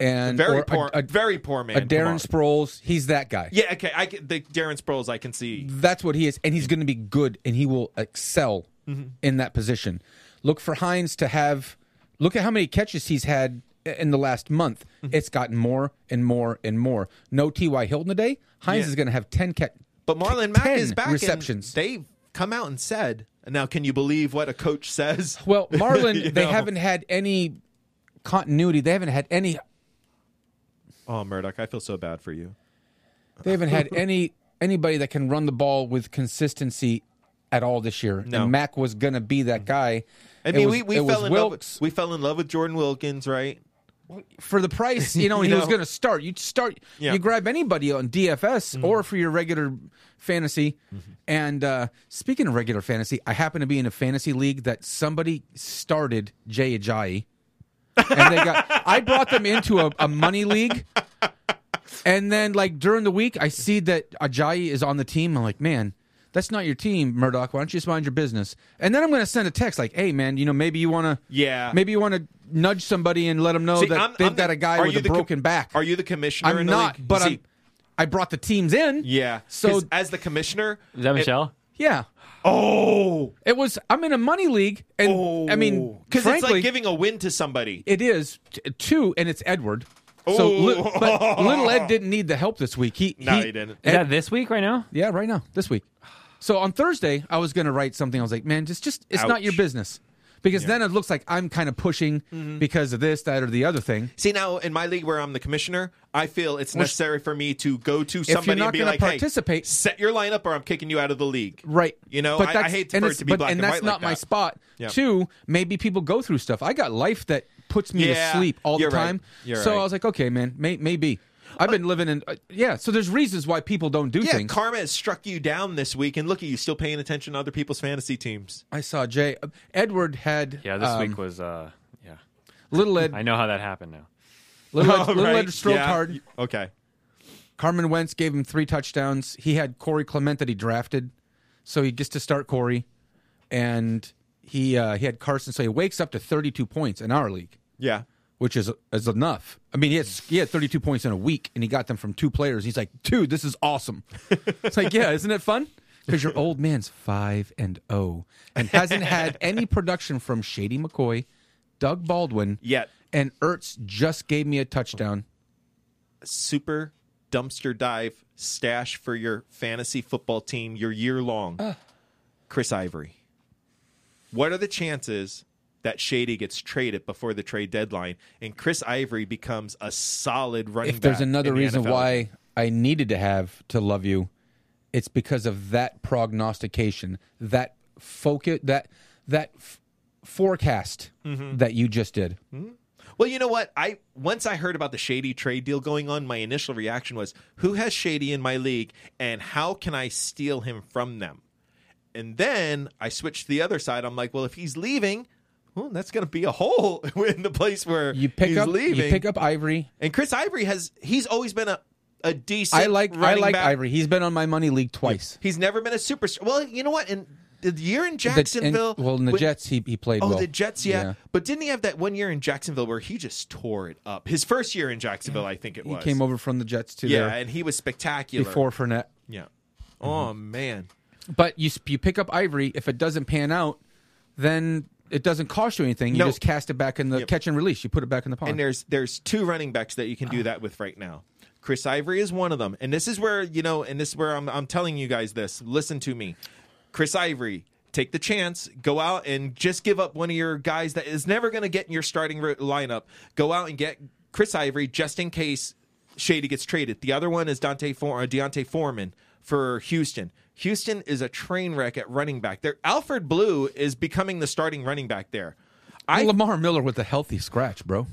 And or very a- poor, a, very poor man. a Darren Kamara. Sproles. He's that guy. yeah, okay. I can, the Darren Sproles, I can see. That's what he is, and he's going to be good, and he will excel Mm-hmm. in that position. Look for Hines to have. Look at how many catches he's had i- in the last month. Mm-hmm. It's gotten more and more and more. No T. Y. Hilton today. Hines Yeah. is going to have ten catch. But Marlon Mack 10 is back. receptions. And they've come out and said. Now, can you believe what a coach says? [LAUGHS] Well, You Marlon, they know? haven't had any continuity. They haven't had any. Oh, Murdoch, I feel so bad for you. They [LAUGHS] haven't had any anybody that can run the ball with consistency at all this year. No. Mm-hmm. And Mac was going to be that guy. I It mean, was- we, we it was fell in love Wilkes. with, we fell in love with Jordan Wilkins, right? for the price, [LAUGHS] you know, You he was know? going to start. You'd start. Yeah. Mm-hmm. You grab anybody on DFS or for your regular fantasy. And uh, speaking of regular fantasy, I happen to be in a fantasy league that somebody started Jay Ajayi, and [LAUGHS] they got. I brought them into a, a money league. And then, like during the week, I see that Ajayi is on the team. I'm like, man, that's not your team, Murdoch. Why don't you just mind your business? And then I'm going to send a text like, hey, man, you know, maybe you want to, Yeah. maybe you want to nudge somebody and let them know See, that I'm- they've I'm the- got a guy are with you a the com- broken back. Are you the commissioner? I'm in the not, league? but See, I'm, I brought the teams in. yeah. So 'Cause as the commissioner, Is that it- Michelle? yeah, oh, it was. I'm in a money league, and I mean, because Oh, it's frankly, like giving a win to somebody. it is t- two, and it's Edward. So, li- Oh. [LAUGHS] but little Ed didn't need the help this week. He No, he didn't. Is that this week right now? Yeah, right now, this week. So on Thursday, I was going to write something. I was like, man, just just it's not your Ouch. business. Because then it looks like I'm kind of pushing Mm-hmm. because of this, that, or the other thing. See now in my league where I'm the commissioner, I feel it's necessary for me to go to you're somebody not and be gonna like, participate- "Hey, set your lineup, or I'm kicking you out of the league." Right. You know, I- I that's- hate for and it it's- to be black and and that's white not like my that. spot. Yeah. Two, maybe people go through stuff. I got life that puts me Yeah, to sleep all the you're right. time. You're so right. I was like, okay, man, may, maybe. I've been living in, uh, yeah. So there's reasons why people don't do Yeah, things. karma has struck you down this week, and look at you still paying attention to other people's fantasy teams. I saw Jay uh, Edward had Yeah, this um, week was. uh Yeah, little Ed I know how that happened now. little Ed, [LAUGHS] Oh, little right. Ed stroked Yeah. hard. Okay. Carmen Wentz gave him three touchdowns. He had Corey Clement that he drafted, so he gets to start Corey, and he uh, he had Carson. So he wakes up to 32 points in our league, Yeah. which is is enough. I mean, he has he had 32 points in a week, and he got them from two players. He's like, dude, this is [LAUGHS] awesome. it's like, yeah, isn't it fun? Because your old man's five and oh, and hasn't had any production from Shady McCoy, Doug Baldwin Yet. and Ertz just gave me a touchdown. super dumpster dive stash for your fantasy football team, your year long. Ah. Chris Ivory. What are the chances that Shady gets traded before the trade deadline and Chris Ivory becomes a solid running if there's back another in the reason NFL? why I needed to have to love you, it's because of that prognostication, that focus, that that f- forecast Mm-hmm. that you just did. Well, you know what? I once I heard about the shady trade deal going on, my initial reaction was, "Who has shady in my league, and how can I steal him from them?" And then I switched to the other side. I'm like, "Well, if he's leaving, well, that's going to be a hole [LAUGHS] in the place where You pick he's up, leaving." you pick up Ivory. and Chris Ivory has he's always been a a decent. I like, I running like back. Ivory. He's been on my money league twice. He's never been a superstar. Well, you know what? In the year in The- and- Jacksonville, well, in the when- Jets, he, he played Oh, well. the Jets, yeah. Yeah. But didn't he have that one year in Jacksonville where he just tore it up? His first year in Jacksonville, I think it He was. came over from the Jets to yeah, there and he was spectacular before Fournette. Yeah. Oh man. But you s- you pick up Ivory. If it doesn't pan out, then it doesn't cost you anything. You No. just cast it back in the catch and release. You put it back in the pond. And there's there's two running backs that you can do that with right now. Chris Ivory is one of them. And this is where, you know, and this is where I'm I'm telling you guys this. Listen to me. Chris Ivory, take the chance, go out and just give up one of your guys that is never going to get in your starting ro- lineup. Go out and get Chris Ivory just in case Shady gets traded. The other one is Dante For- uh, Deontay Foreman for Houston. Houston is a train wreck at running back. There, Alfred Blue is becoming the starting running back there. I, Lamar Miller with a healthy scratch, bro.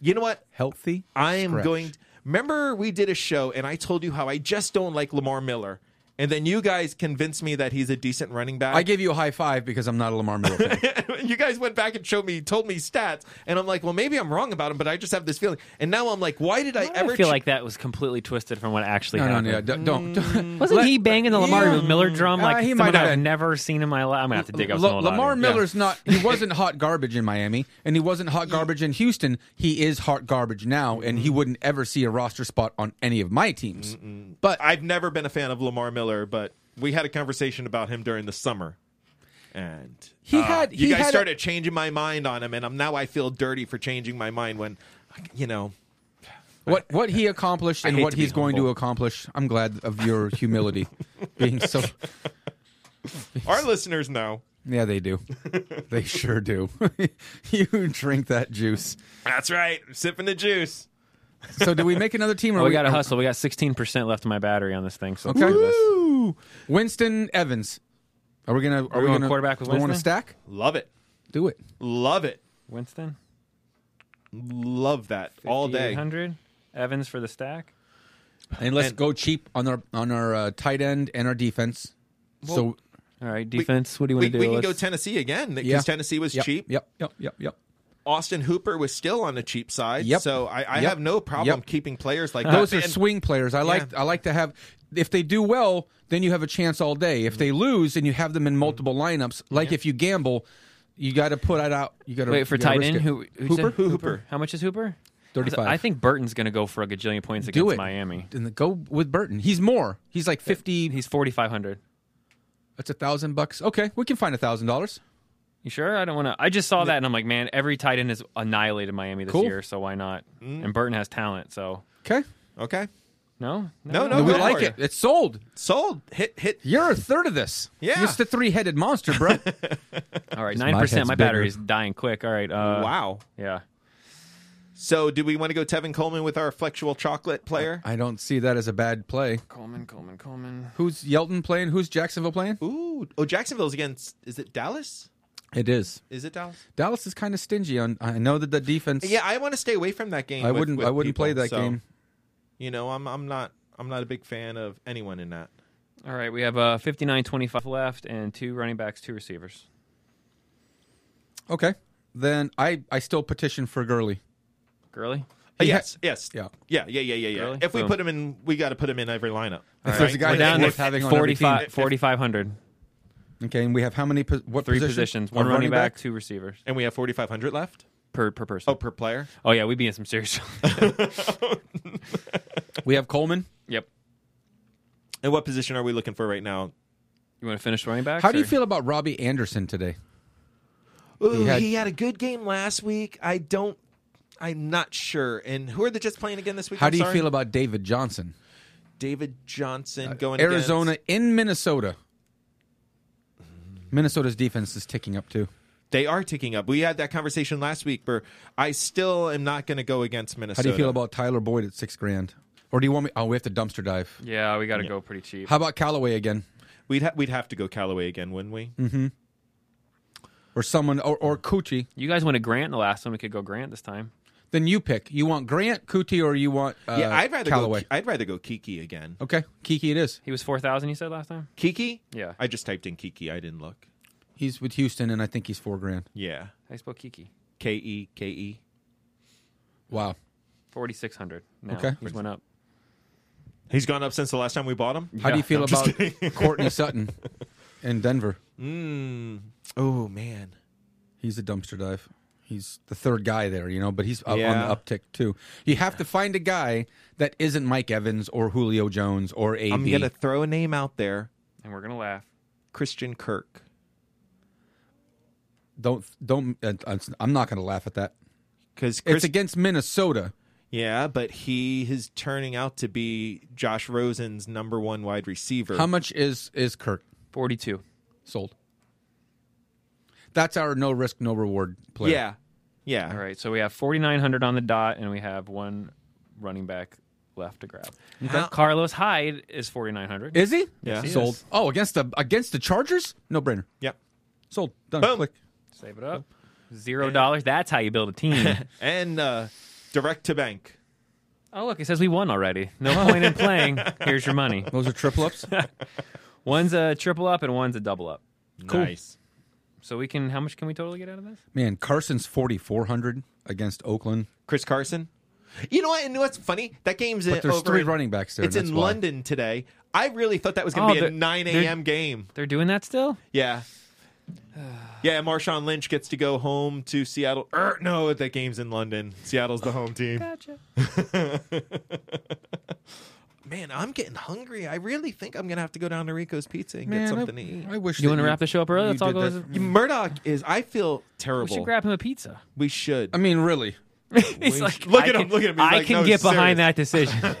you know what? Healthy. I am scratch. going. Remember, we did a show, and I told you how I just don't like Lamar Miller, and then you guys convinced me that he's a decent running back. I gave you a high five because I'm not a Lamar Miller. [LAUGHS] fan. you guys went back and showed me, told me stats, and I'm like, well, maybe I'm wrong about him, but I just have this feeling. And now I'm like, why did I ever I feel ch- like that was completely twisted from what actually no, no, happened. no, don't. don't, don't. Wasn't Let- he banging the Lamar Yeah. Miller drum Uh, like he someone might have I've been. never seen in my life? I'm gonna have to dig up La- some old Lamar audio. Miller's not. He wasn't hot garbage in Miami, and he wasn't hot garbage in Houston. He is hot garbage now, and he wouldn't ever see a roster spot on any of my teams. But I've never been a fan of Lamar Miller, but we had a conversation about him during the summer, and He uh, had- you he guys had a- started changing my mind on him, and I'm now I feel dirty for changing my mind when, you know, what what he accomplished and hate what to be he's going to humble. accomplish, I'm glad of your humility, being so. [LAUGHS] our listeners know. Yeah, they do. They sure do. [LAUGHS] you drink that juice. That's right, I'm sipping the juice. So, do we make another team? [LAUGHS] Or we gotta hustle. We got 16 percent left of my battery on this thing. So Okay. let's do this. Woo! Winston Evans. Are we gonna? Are, we going gonna quarterback with do we want to Winston? stack? Love it. Do it. Love it. Winston, Love that all day. 800 Evans for the stack. And let's And- go cheap on our on our uh, tight end and our defense. so All right, defense. what do you We, want to do? we can Let's- go Tennessee again because yeah, Tennessee was Yep, cheap. Yep, yep, yep, yep. Austin Hooper was still on the cheap side. Yep. So I, I Yep. have no problem Yep. keeping players [LAUGHS] like Those that. are Uh, And- swing players. I like I like to have. If they do well, then you have a chance all day. If they lose, and you have them in multiple lineups, like if you gamble, you got to put it out. You got to Wait for tight end. Who, who'd you say? Hooper? Who- Hooper. How much is Hooper? 35. I think Burton's going to go for a gajillion points do against it. Miami. and then go with Burton. He's more. He's like fifty. He's 4,500. that's a thousand bucks. Okay, we can find a thousand dollars. You sure? I don't want to. I just saw that and I'm like, man, every tight end has annihilated Miami this Cool. Mm. year, so why not? And Burton has talent, so Okay, okay. no, No, no, we go like for it. It's sold. Sold. Hit, hit. You're a third of this. Yeah. it's the three headed monster, [LAUGHS] bro. All right, my nine percent. head's My bigger. battery's dying quick. All right. Uh, wow. Yeah. So do we want to go Tevin Coleman with our flexual chocolate player? I don't see that as a bad play. Coleman, Coleman, Coleman. Who's Yelton playing? Who's Jacksonville playing? Ooh. Oh, Jacksonville's against. Is it Dallas? It is. Is it Dallas? Dallas is kind of stingy on. I know that the defense. Yeah, I want to stay away from that game. I with- wouldn't. with I wouldn't people, play that so, game. You know, I'm. I'm not. I'm not a big fan of anyone in that. All right, we have uh, 59 25 left and two running backs, two receivers. Okay, then I I still petition for Gurley. Gurley? Uh, He ha- yes, yes, Yeah. yeah, yeah, yeah, yeah. yeah. Really? If we Boom. put him in, we got to put him in every lineup. Oh. If Right? there's a guy Like, down if- with having on every 45 team. 4,500. Okay, and we have how many? pos- What Three position? positions, A one running back, two receivers and we have 4,500 left. per per person. Oh, per player. Oh yeah, we'd be in some serious. [LAUGHS] We have Coleman. yep. And what position are we looking for right now? You want to finish running back? How do you feel about Robbie Anderson today? Ooh, he had- had, a good game last week. I don't. I'm not sure. And who are the Jets playing again this week? How I'm do you sorry? feel about David Johnson? David Johnson going Arizona against- in Minnesota. Minnesota's defense is ticking up too. They are ticking up. We had that conversation last week. Where I still am not going to go against Minnesota. How do you feel about Tyler Boyd at six grand? Or do you want me? Oh, we have to dumpster dive. Yeah, we got to go pretty cheap. How about Callaway again, We'd ha- we'd have to go Callaway again, wouldn't we? Mm-hmm. or someone, or, or Coochie? You guys went to Grant the last one. We could go Grant this time. Then you pick. You want Grant Coochie, or you want uh, yeah, I'd rather Callaway? go. I'd rather go Kiki again. okay, Kiki, it is. He was four thousand. You said last time. Kiki? Yeah. I just typed in Kiki. I didn't look. He's with Houston, and I think he's four grand. Yeah. I spoke Kiki. K E K E. Wow. Forty six hundred. Okay. he's went up. He's gone up since the last time we bought him. How do Yeah, you feel I'm just [LAUGHS] about Courtney Sutton in Denver? Mm. Oh man. He's a dumpster dive. He's the third guy there, you know, but he's up on Yeah. the uptick too. You have to find a guy that isn't Mike Evans or Julio Jones or AB. I'm gonna throw a name out there. And we're gonna laugh. Christian Kirk. Don't don't. Uh, I'm not gonna laugh at that. Because it's against Minnesota. yeah, but he is turning out to be Josh Rosen's number one wide receiver. How much is is Kirk Forty two. sold? That's our no risk, no reward player. yeah, yeah. All right, so we have forty nine hundred on the dot, and we have one running back left to grab. How- Carlos Hyde is forty nine hundred. Is he? Yeah. Yes, he Sold. is. Oh, against the against the Chargers? No brainer. Yep. Sold. Done. Boom. Click. Save it up. Zero dollars. That's how you build a team. [LAUGHS] And uh, direct to bank. oh look, it says we won already. No point in [LAUGHS] playing. Here's your money. Those are triple [LAUGHS] ups. One's a triple up and one's a double up. Nice. So we can. How much can we totally get out of this? Man, Carson's forty four hundred against Oakland. Chris Carson. You know what? And what's funny? That game's in, But there's over three in- running backs there. It's that's in why. London today. I really thought that was going to Oh, be a they're- 9 a.m. game. They're doing that still. Yeah. Yeah, Marshawn Lynch gets to go home to Seattle. Er, no, that game's in London. Seattle's the home team. Gotcha. Man, I'm getting hungry. I really think I'm going to have to go down to Rico's Pizza and get something to eat. I wish You that want to wrap the show up early? you Let's all did go. that. You- Murdoch is, I feel We terrible. should grab him [LAUGHS] a pizza. We should. I mean, really. He's like, Look I at him, can- look at him. He's I like, can no, get serious. behind [LAUGHS] that decision.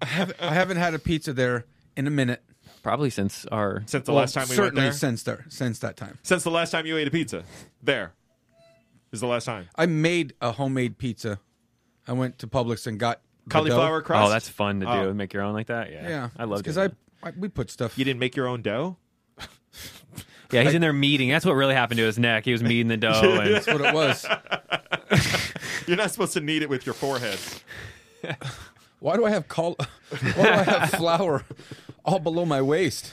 I haven't had a pizza there in a minute. Probably since our Oh, since the Well, last time we went certainly there. since there since that time. Since the last time you ate a pizza. There. Is the last time. I made a homemade pizza. I went to Publix and got the Cauliflower dough. crust. Oh, that's fun to do. Oh. Make your own like that. Yeah, Yeah, I love because because I, I we put stuff. You didn't make your own dough? Yeah, he's in there meeting. That's what really happened to his neck. He was meeting [LAUGHS] the dough, and That's what it was. You're not supposed to knead it with your forehead. Why do I have call? [LAUGHS] Why do I [LAUGHS] have flour all below my waist?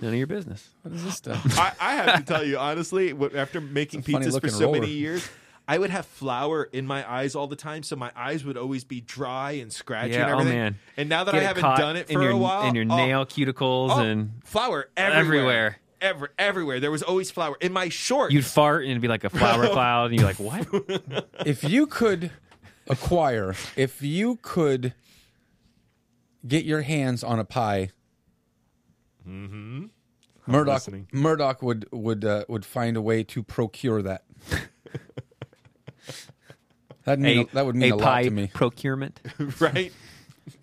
none of your business. What is this stuff? I, I have to tell you honestly, what- after making It's a funny pizzas for looking so many roller. years, I would have flour in my eyes all the time, so my eyes would always be dry and scratchy Yeah, and oh, everything. man. And now that Get I haven't caught done it in for your, a while, and your oh, nail cuticles, oh, and flour everywhere, everywhere. ever everywhere. There was always flour in my shorts. you'd fart and it'd be like [LAUGHS] a flower cloud, and you're like, "What? if you could acquire, if you could get your hands on a pie, mm-hmm. Murdoch listening. Murdoch would would uh, would find a way to procure that. That'd mean, A, that would mean a a, pie lot to me. [LAUGHS] procurement." [LAUGHS] right?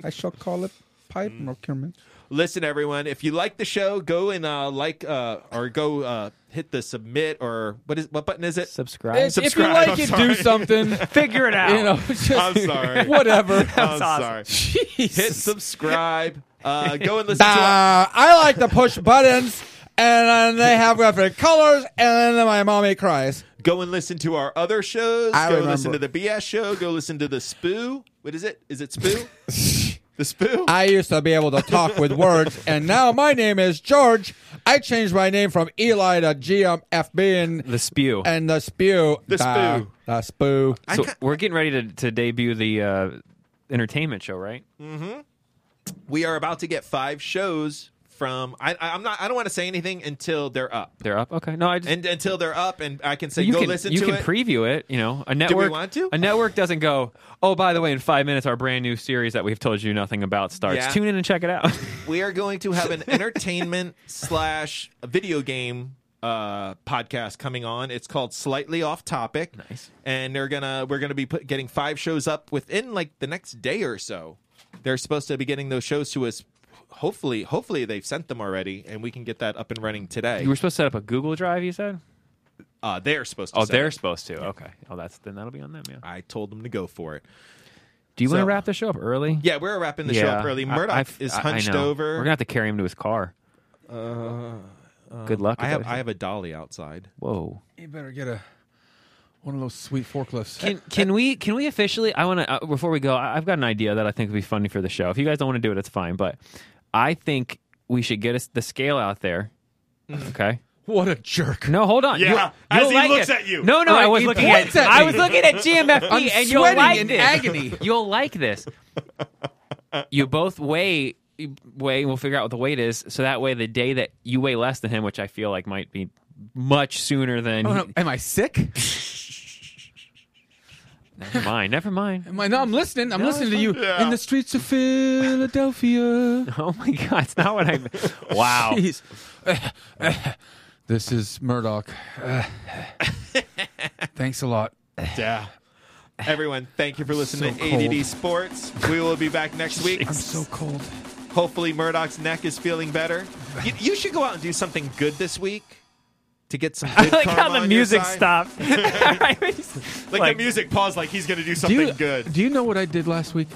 I shall call it pie procurement. Listen, everyone, if you like the show, go and uh, like uh, or go uh, hit the submit or what is what button is it? Subscribe. if you Subscribe. like I'm it, sorry. [LAUGHS] do something. Figure it out. [LAUGHS] You know, just I'm [LAUGHS] [LAUGHS] sorry. [LAUGHS] whatever. Oh, I'm awesome. sorry. Jeez. Hit [LAUGHS] subscribe. Uh, go and listen to our- Uh, I like to push buttons, and uh, they have different colors, and then my mommy cries. Go and listen to our other shows. I go remember. listen to the BS show. Go listen to the Spoo. What is it? Is it Spoo? [LAUGHS] the Spoo? I used to be able to talk with words, and now my name is George. I changed my name from Eli to GMFB and, the spew. and the spew. The Da- spoo. The spoo. so we're getting ready to, to debut the uh, entertainment show, right? Mm. we are about to get five shows from. I, I- I'm not. I don't want to say anything until they're up. They're up. Okay. No, I just And until they're up, and I can say you go can listen you to can it. preview it. You know, a network. want to? A network doesn't go. Oh, by the way, in five minutes, our brand new series that we've told you nothing about starts. Yeah. Tune in and check [LAUGHS] it out. we are going to have [LAUGHS] an entertainment slash video game uh podcast coming on it's called slightly off topic Nice. and they're gonna we're gonna be put, getting five shows up within like the next day or so they're supposed to be getting those shows to us hopefully hopefully they've sent them already and we can get that up and running today you were supposed to set up a Google Drive. You said. uh they're supposed to Oh, send they're it. supposed to. Okay. Oh, that's then that'll be on them. Yeah. i told them to go for it Do you want So- to wrap the show up early? Yeah, we're wrapping the show up early. I- Murdoch I've- is I- I hunched know. over. Uh, We're gonna have to carry him to his car. Good luck. I with have that. I have a dolly outside. Whoa. You better get a one of those sweet forklifts. Can can we can we officially? I want to uh, before we go. I, I've got an idea that I think would be funny for the show. If you guys don't want to do it, it's fine. But I think we should get us the scale out there. Okay. what a jerk! No, hold on. Yeah, as he like looks it. at you. No, no, I Right, was he looking at, points at I me. was looking at GMFB, I'm and you'll sweating like in this. agony. You'll like this. You both weigh you weigh. We'll figure out what the weight is, so that way the day that you weigh less than him, which I feel like might be much sooner than. [LAUGHS] Oh, no. Am I sick? Never mind. Never mind. Am I? No, I'm listening. I'm listening to it's you Yeah. in the streets of [LAUGHS] Philadelphia. [LAUGHS] Oh my god, it's not what I. [LAUGHS] Wow. Jeez. this is [LAUGHS] Murdoch. Thanks a lot. Yeah. Everyone, thank you for listening so to cold. ADD Sports. We will be back next week. I'm so cold. Hopefully, Murdoch's neck is feeling better. You, you should go out and do something good this week to get [LAUGHS] some. Good like karma how the on your music side. stopped. [LAUGHS] [LAUGHS] Like, Like- the music pause. Like he's going to do Do something you, good. do you know what I did last week?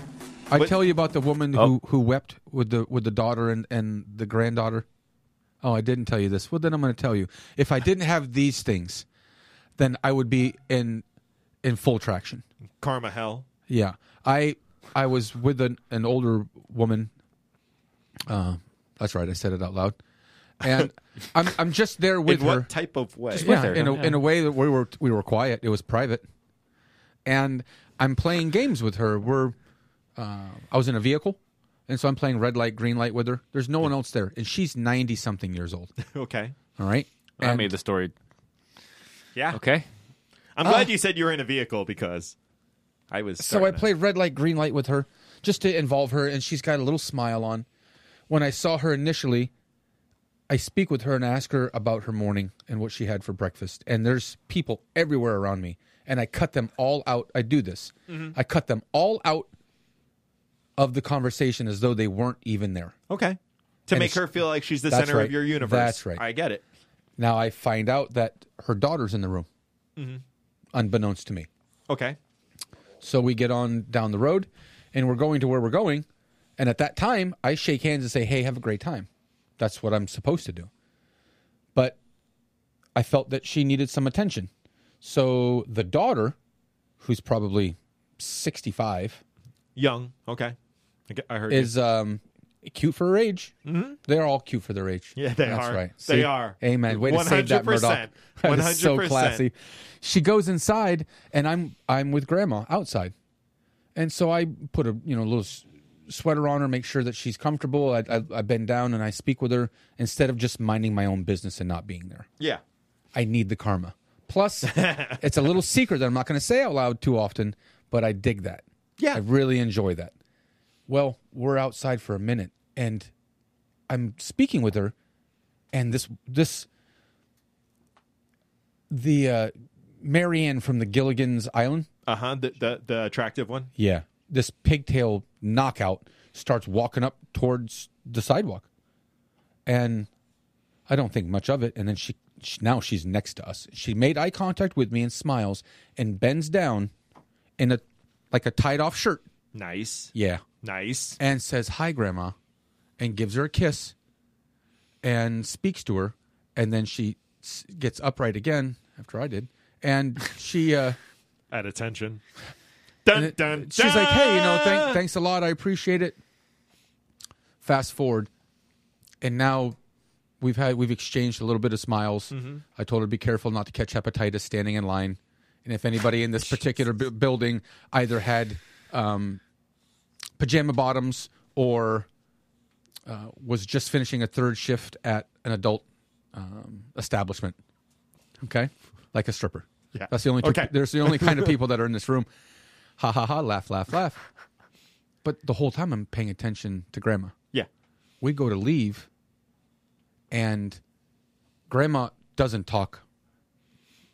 I What? tell you about the woman Oh. who, who wept with the with the daughter and, and the granddaughter. Oh, I didn't tell you this. Well, then I'm going to tell you. If I didn't have these things, then I would be in in full traction. Karma hell. Yeah, I I was with an, an older woman. Uh, that's right, I said it out loud, [LAUGHS] and I'm I'm just there with in her. what type of way? yeah, her, in a yeah. in a way that we were we were quiet. It was private, and I'm playing games with her. We're uh, I was in a vehicle, and so I'm playing red light, green light with her. There's no one else there, and she's ninety something years old. [LAUGHS] Okay. [LAUGHS] All right, I And- made the story. Yeah. Okay. I'm glad you said you were in a vehicle because I was. Uh, So I starting to- played red light, green light with her just to involve her, and she's got a little smile on. When I saw her initially, I speak with her and ask her about her morning and what she had for breakfast. And there's people everywhere around me, and I cut them all out. I do this. I cut them all out of the conversation as though they weren't even there. Okay. To And make it's- her feel like she's the that's center of right. your universe. That's right. I get it. Now I find out that her daughter's in the room, unbeknownst to me. Okay. So we get on down the road and we're going to where we're going. And at that time, I shake hands and say, Hey, have a great time. That's what I'm supposed to do. But I felt that she needed some attention. So the daughter, who's probably 65, Young. Okay. I, get- I heard. you. is um, cute for her age. Mm-hmm. They're all cute for their age. Yeah, they That's are. right. They are. Amen. Way to save that, 100%. Murdoch. [LAUGHS] That is so 100%. classy. She goes inside, and I'm I'm with Grandma outside, and so I put a you know little s- sweater on her, make sure that she's comfortable. I, I I bend down and I speak with her instead of just minding my own business and not being there. yeah. I need the karma. Plus, it's a little secret that I'm not going to say out loud too often, but I dig that. Yeah. I really enjoy that. Well, we're outside for a minute and I'm speaking with her and this this the uh Marianne from the Gilligan's Island. Uh huh. The, the the attractive one. Yeah. This pigtail knockout starts walking up towards the sidewalk. And I don't think much of it. And then she, she now she's next to us. She made eye contact with me and smiles and bends down in a like a tied off shirt. Nice. Yeah. Nice. And says, Hi, Grandma, and gives her a kiss and speaks to her. And then she s- gets upright again after I did. And she, uh, At attention. Dun, and it- dun, dun. she's like, "Hey, you know, thank, thanks a lot. I appreciate it." Fast forward, and now we've had we've exchanged a little bit of smiles. Mm-hmm. I told her to be careful not to catch hepatitis standing in line, and if anybody [LAUGHS] in this particular bu- building either had um, pajama bottoms or uh, was just finishing a third shift at an adult um, establishment, okay, like a stripper. Yeah. That's the only. Two, Okay. There's the only [LAUGHS] kind of people that are in this room ha ha ha, laugh, laugh, laugh. But the whole time I'm paying attention to grandma. Yeah. We go to leave, and grandma doesn't talk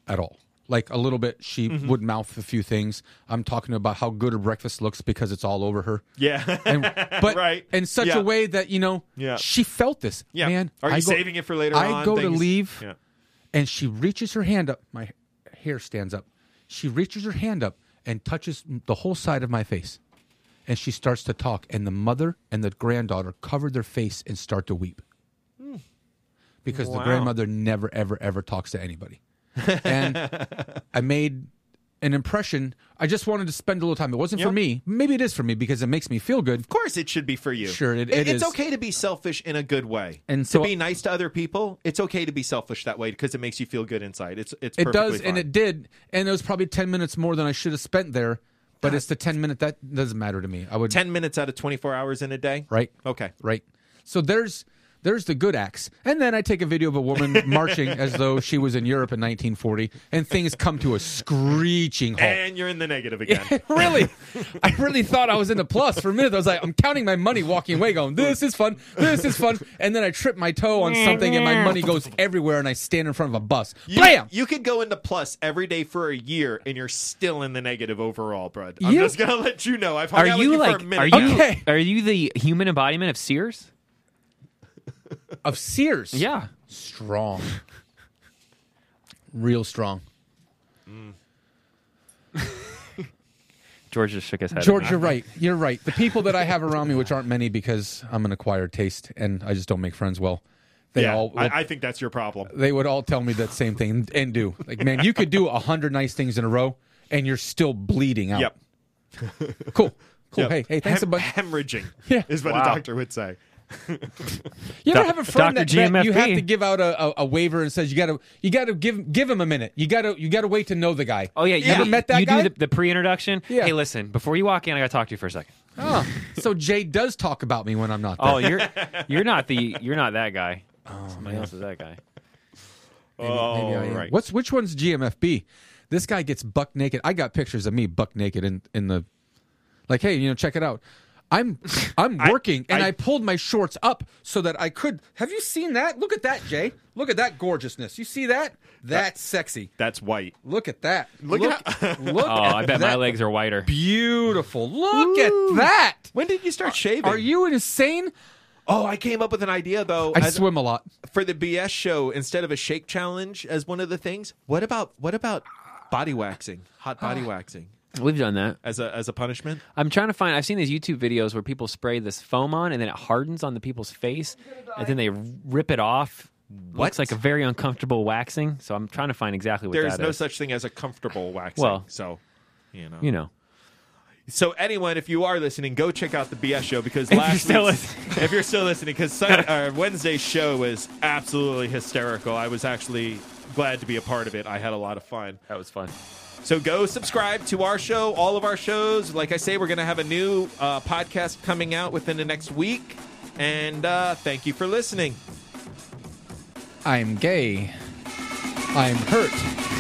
at all. Like a little bit, she Mm-hmm. would mouth a few things. I'm talking about how good her breakfast looks because it's all over her. Yeah. [LAUGHS] And, [LAUGHS] but Right. in such Yeah. a way that, you know, Yeah. she felt this. yeah. Man, Are you I go- saving it for later I on? go to Things- leave Yeah. and she reaches her hand up. My hair stands up. She reaches her hand up and touches the whole side of my face. and she starts to talk, and the mother and the granddaughter cover their face and start to weep because the Wow. grandmother never, ever, ever talks to [LAUGHS] anybody. And I made an impression. I just wanted to spend a little time. It wasn't for Yep. me. Maybe it is for me because it makes me feel good. Of course, it should be for you. Sure, it- it it's is. okay to be selfish in a good way, And to so- be nice to other people. It's okay to be selfish that way because it makes you feel good inside. It's it's It perfectly does, fine. and it did, and it was probably ten minutes more than I should have spent there. But it's the ten minute that doesn't matter to me. I would ten minutes out of twenty four hours in a day. right, Okay. right. So there's there's the good acts, and then I take a video of [LAUGHS] a woman marching as though she was in Europe in 1940, and things come to a screeching halt. [LAUGHS] And you're in the negative again. really, I really thought I was in the plus for a minute. I was like, I'm counting my money walking away, going, "This is fun, this is fun," and then I trip my toe on something, and my money goes everywhere, and I stand in front of a bus. Mm. You, Blam! You could go into plus every day for a year, and you're still in the negative overall, Brad. I'm You- just gonna let you know. I've hung Are out you with you like for a are minute. you now. Okay. are you the human embodiment of Sears? Of Sears, Yeah. strong. Real strong. George just shook his head. at George, me. you're right. You're right. The people that I have around me, which aren't many because I'm an acquired taste and I just don't make friends well, they Yeah, all I, I think that's your problem. they would all tell me that same thing and, and do. Like, man, you could do a hundred nice things in a row and you're still bleeding out. Yep. Cool. Cool. Yep. Oh, Hey, hey, thanks a Hem- bunch. Hemorrhaging [LAUGHS] Yeah. is what a Wow. doctor would say. You ever Doc- have a friend that, Dr. that you GMFB. have to give out a, a, a waiver and says you gotta you gotta give give him a minute. You gotta you gotta wait to know the guy. Oh yeah, You you, ever met that you guy? do the, the pre-introduction. Yeah. Hey, listen, before you walk in, I got to talk to you for a second. Oh, so Jay does talk about me when I'm not [LAUGHS] there. Oh, you're [LAUGHS] you're not the you're not that guy. Somebody else is that guy. oh, Maybe I am. right. What's which one's GMFB? This guy gets buck naked. I got pictures of me buck naked in in the like, hey, you know, check it out. [LAUGHS] I'm I'm working and I, I- pulled my shorts up so that I could. Have you seen that? Look at that, Jay. Look at that gorgeousness. You see that? That's sexy. That's white. Look at that. Look at [LAUGHS] look, look Oh, [LAUGHS] at I bet that. my legs are whiter. beautiful. Look at that. When did you start shaving? Are you insane? Oh, I came up with an idea though. I as- swim a lot. for the BS show instead of a shake challenge as one of the things. What about what about body waxing? Hot [SIGHS] body waxing We've done that. as a as a punishment? I'm trying to find. I've seen these YouTube videos where people spray this foam on, and then it hardens on the people's face, and then they rip it off. Looks like a very uncomfortable waxing. So I'm trying to find exactly what There's that no is. such thing as a comfortable waxing. Well, so you know. you know, So anyone, if you are listening, go check out the BS show because last you're still week's- if you're still listening, because [LAUGHS] uh, Wednesday's show was absolutely hysterical. I was actually glad to be a part of it. I had a lot of fun. that was fun. So go subscribe to our show, all of our shows. Like I say, we're going to have a new uh, podcast coming out within the next week. And uh, thank you for listening. I'm gay. I'm hurt.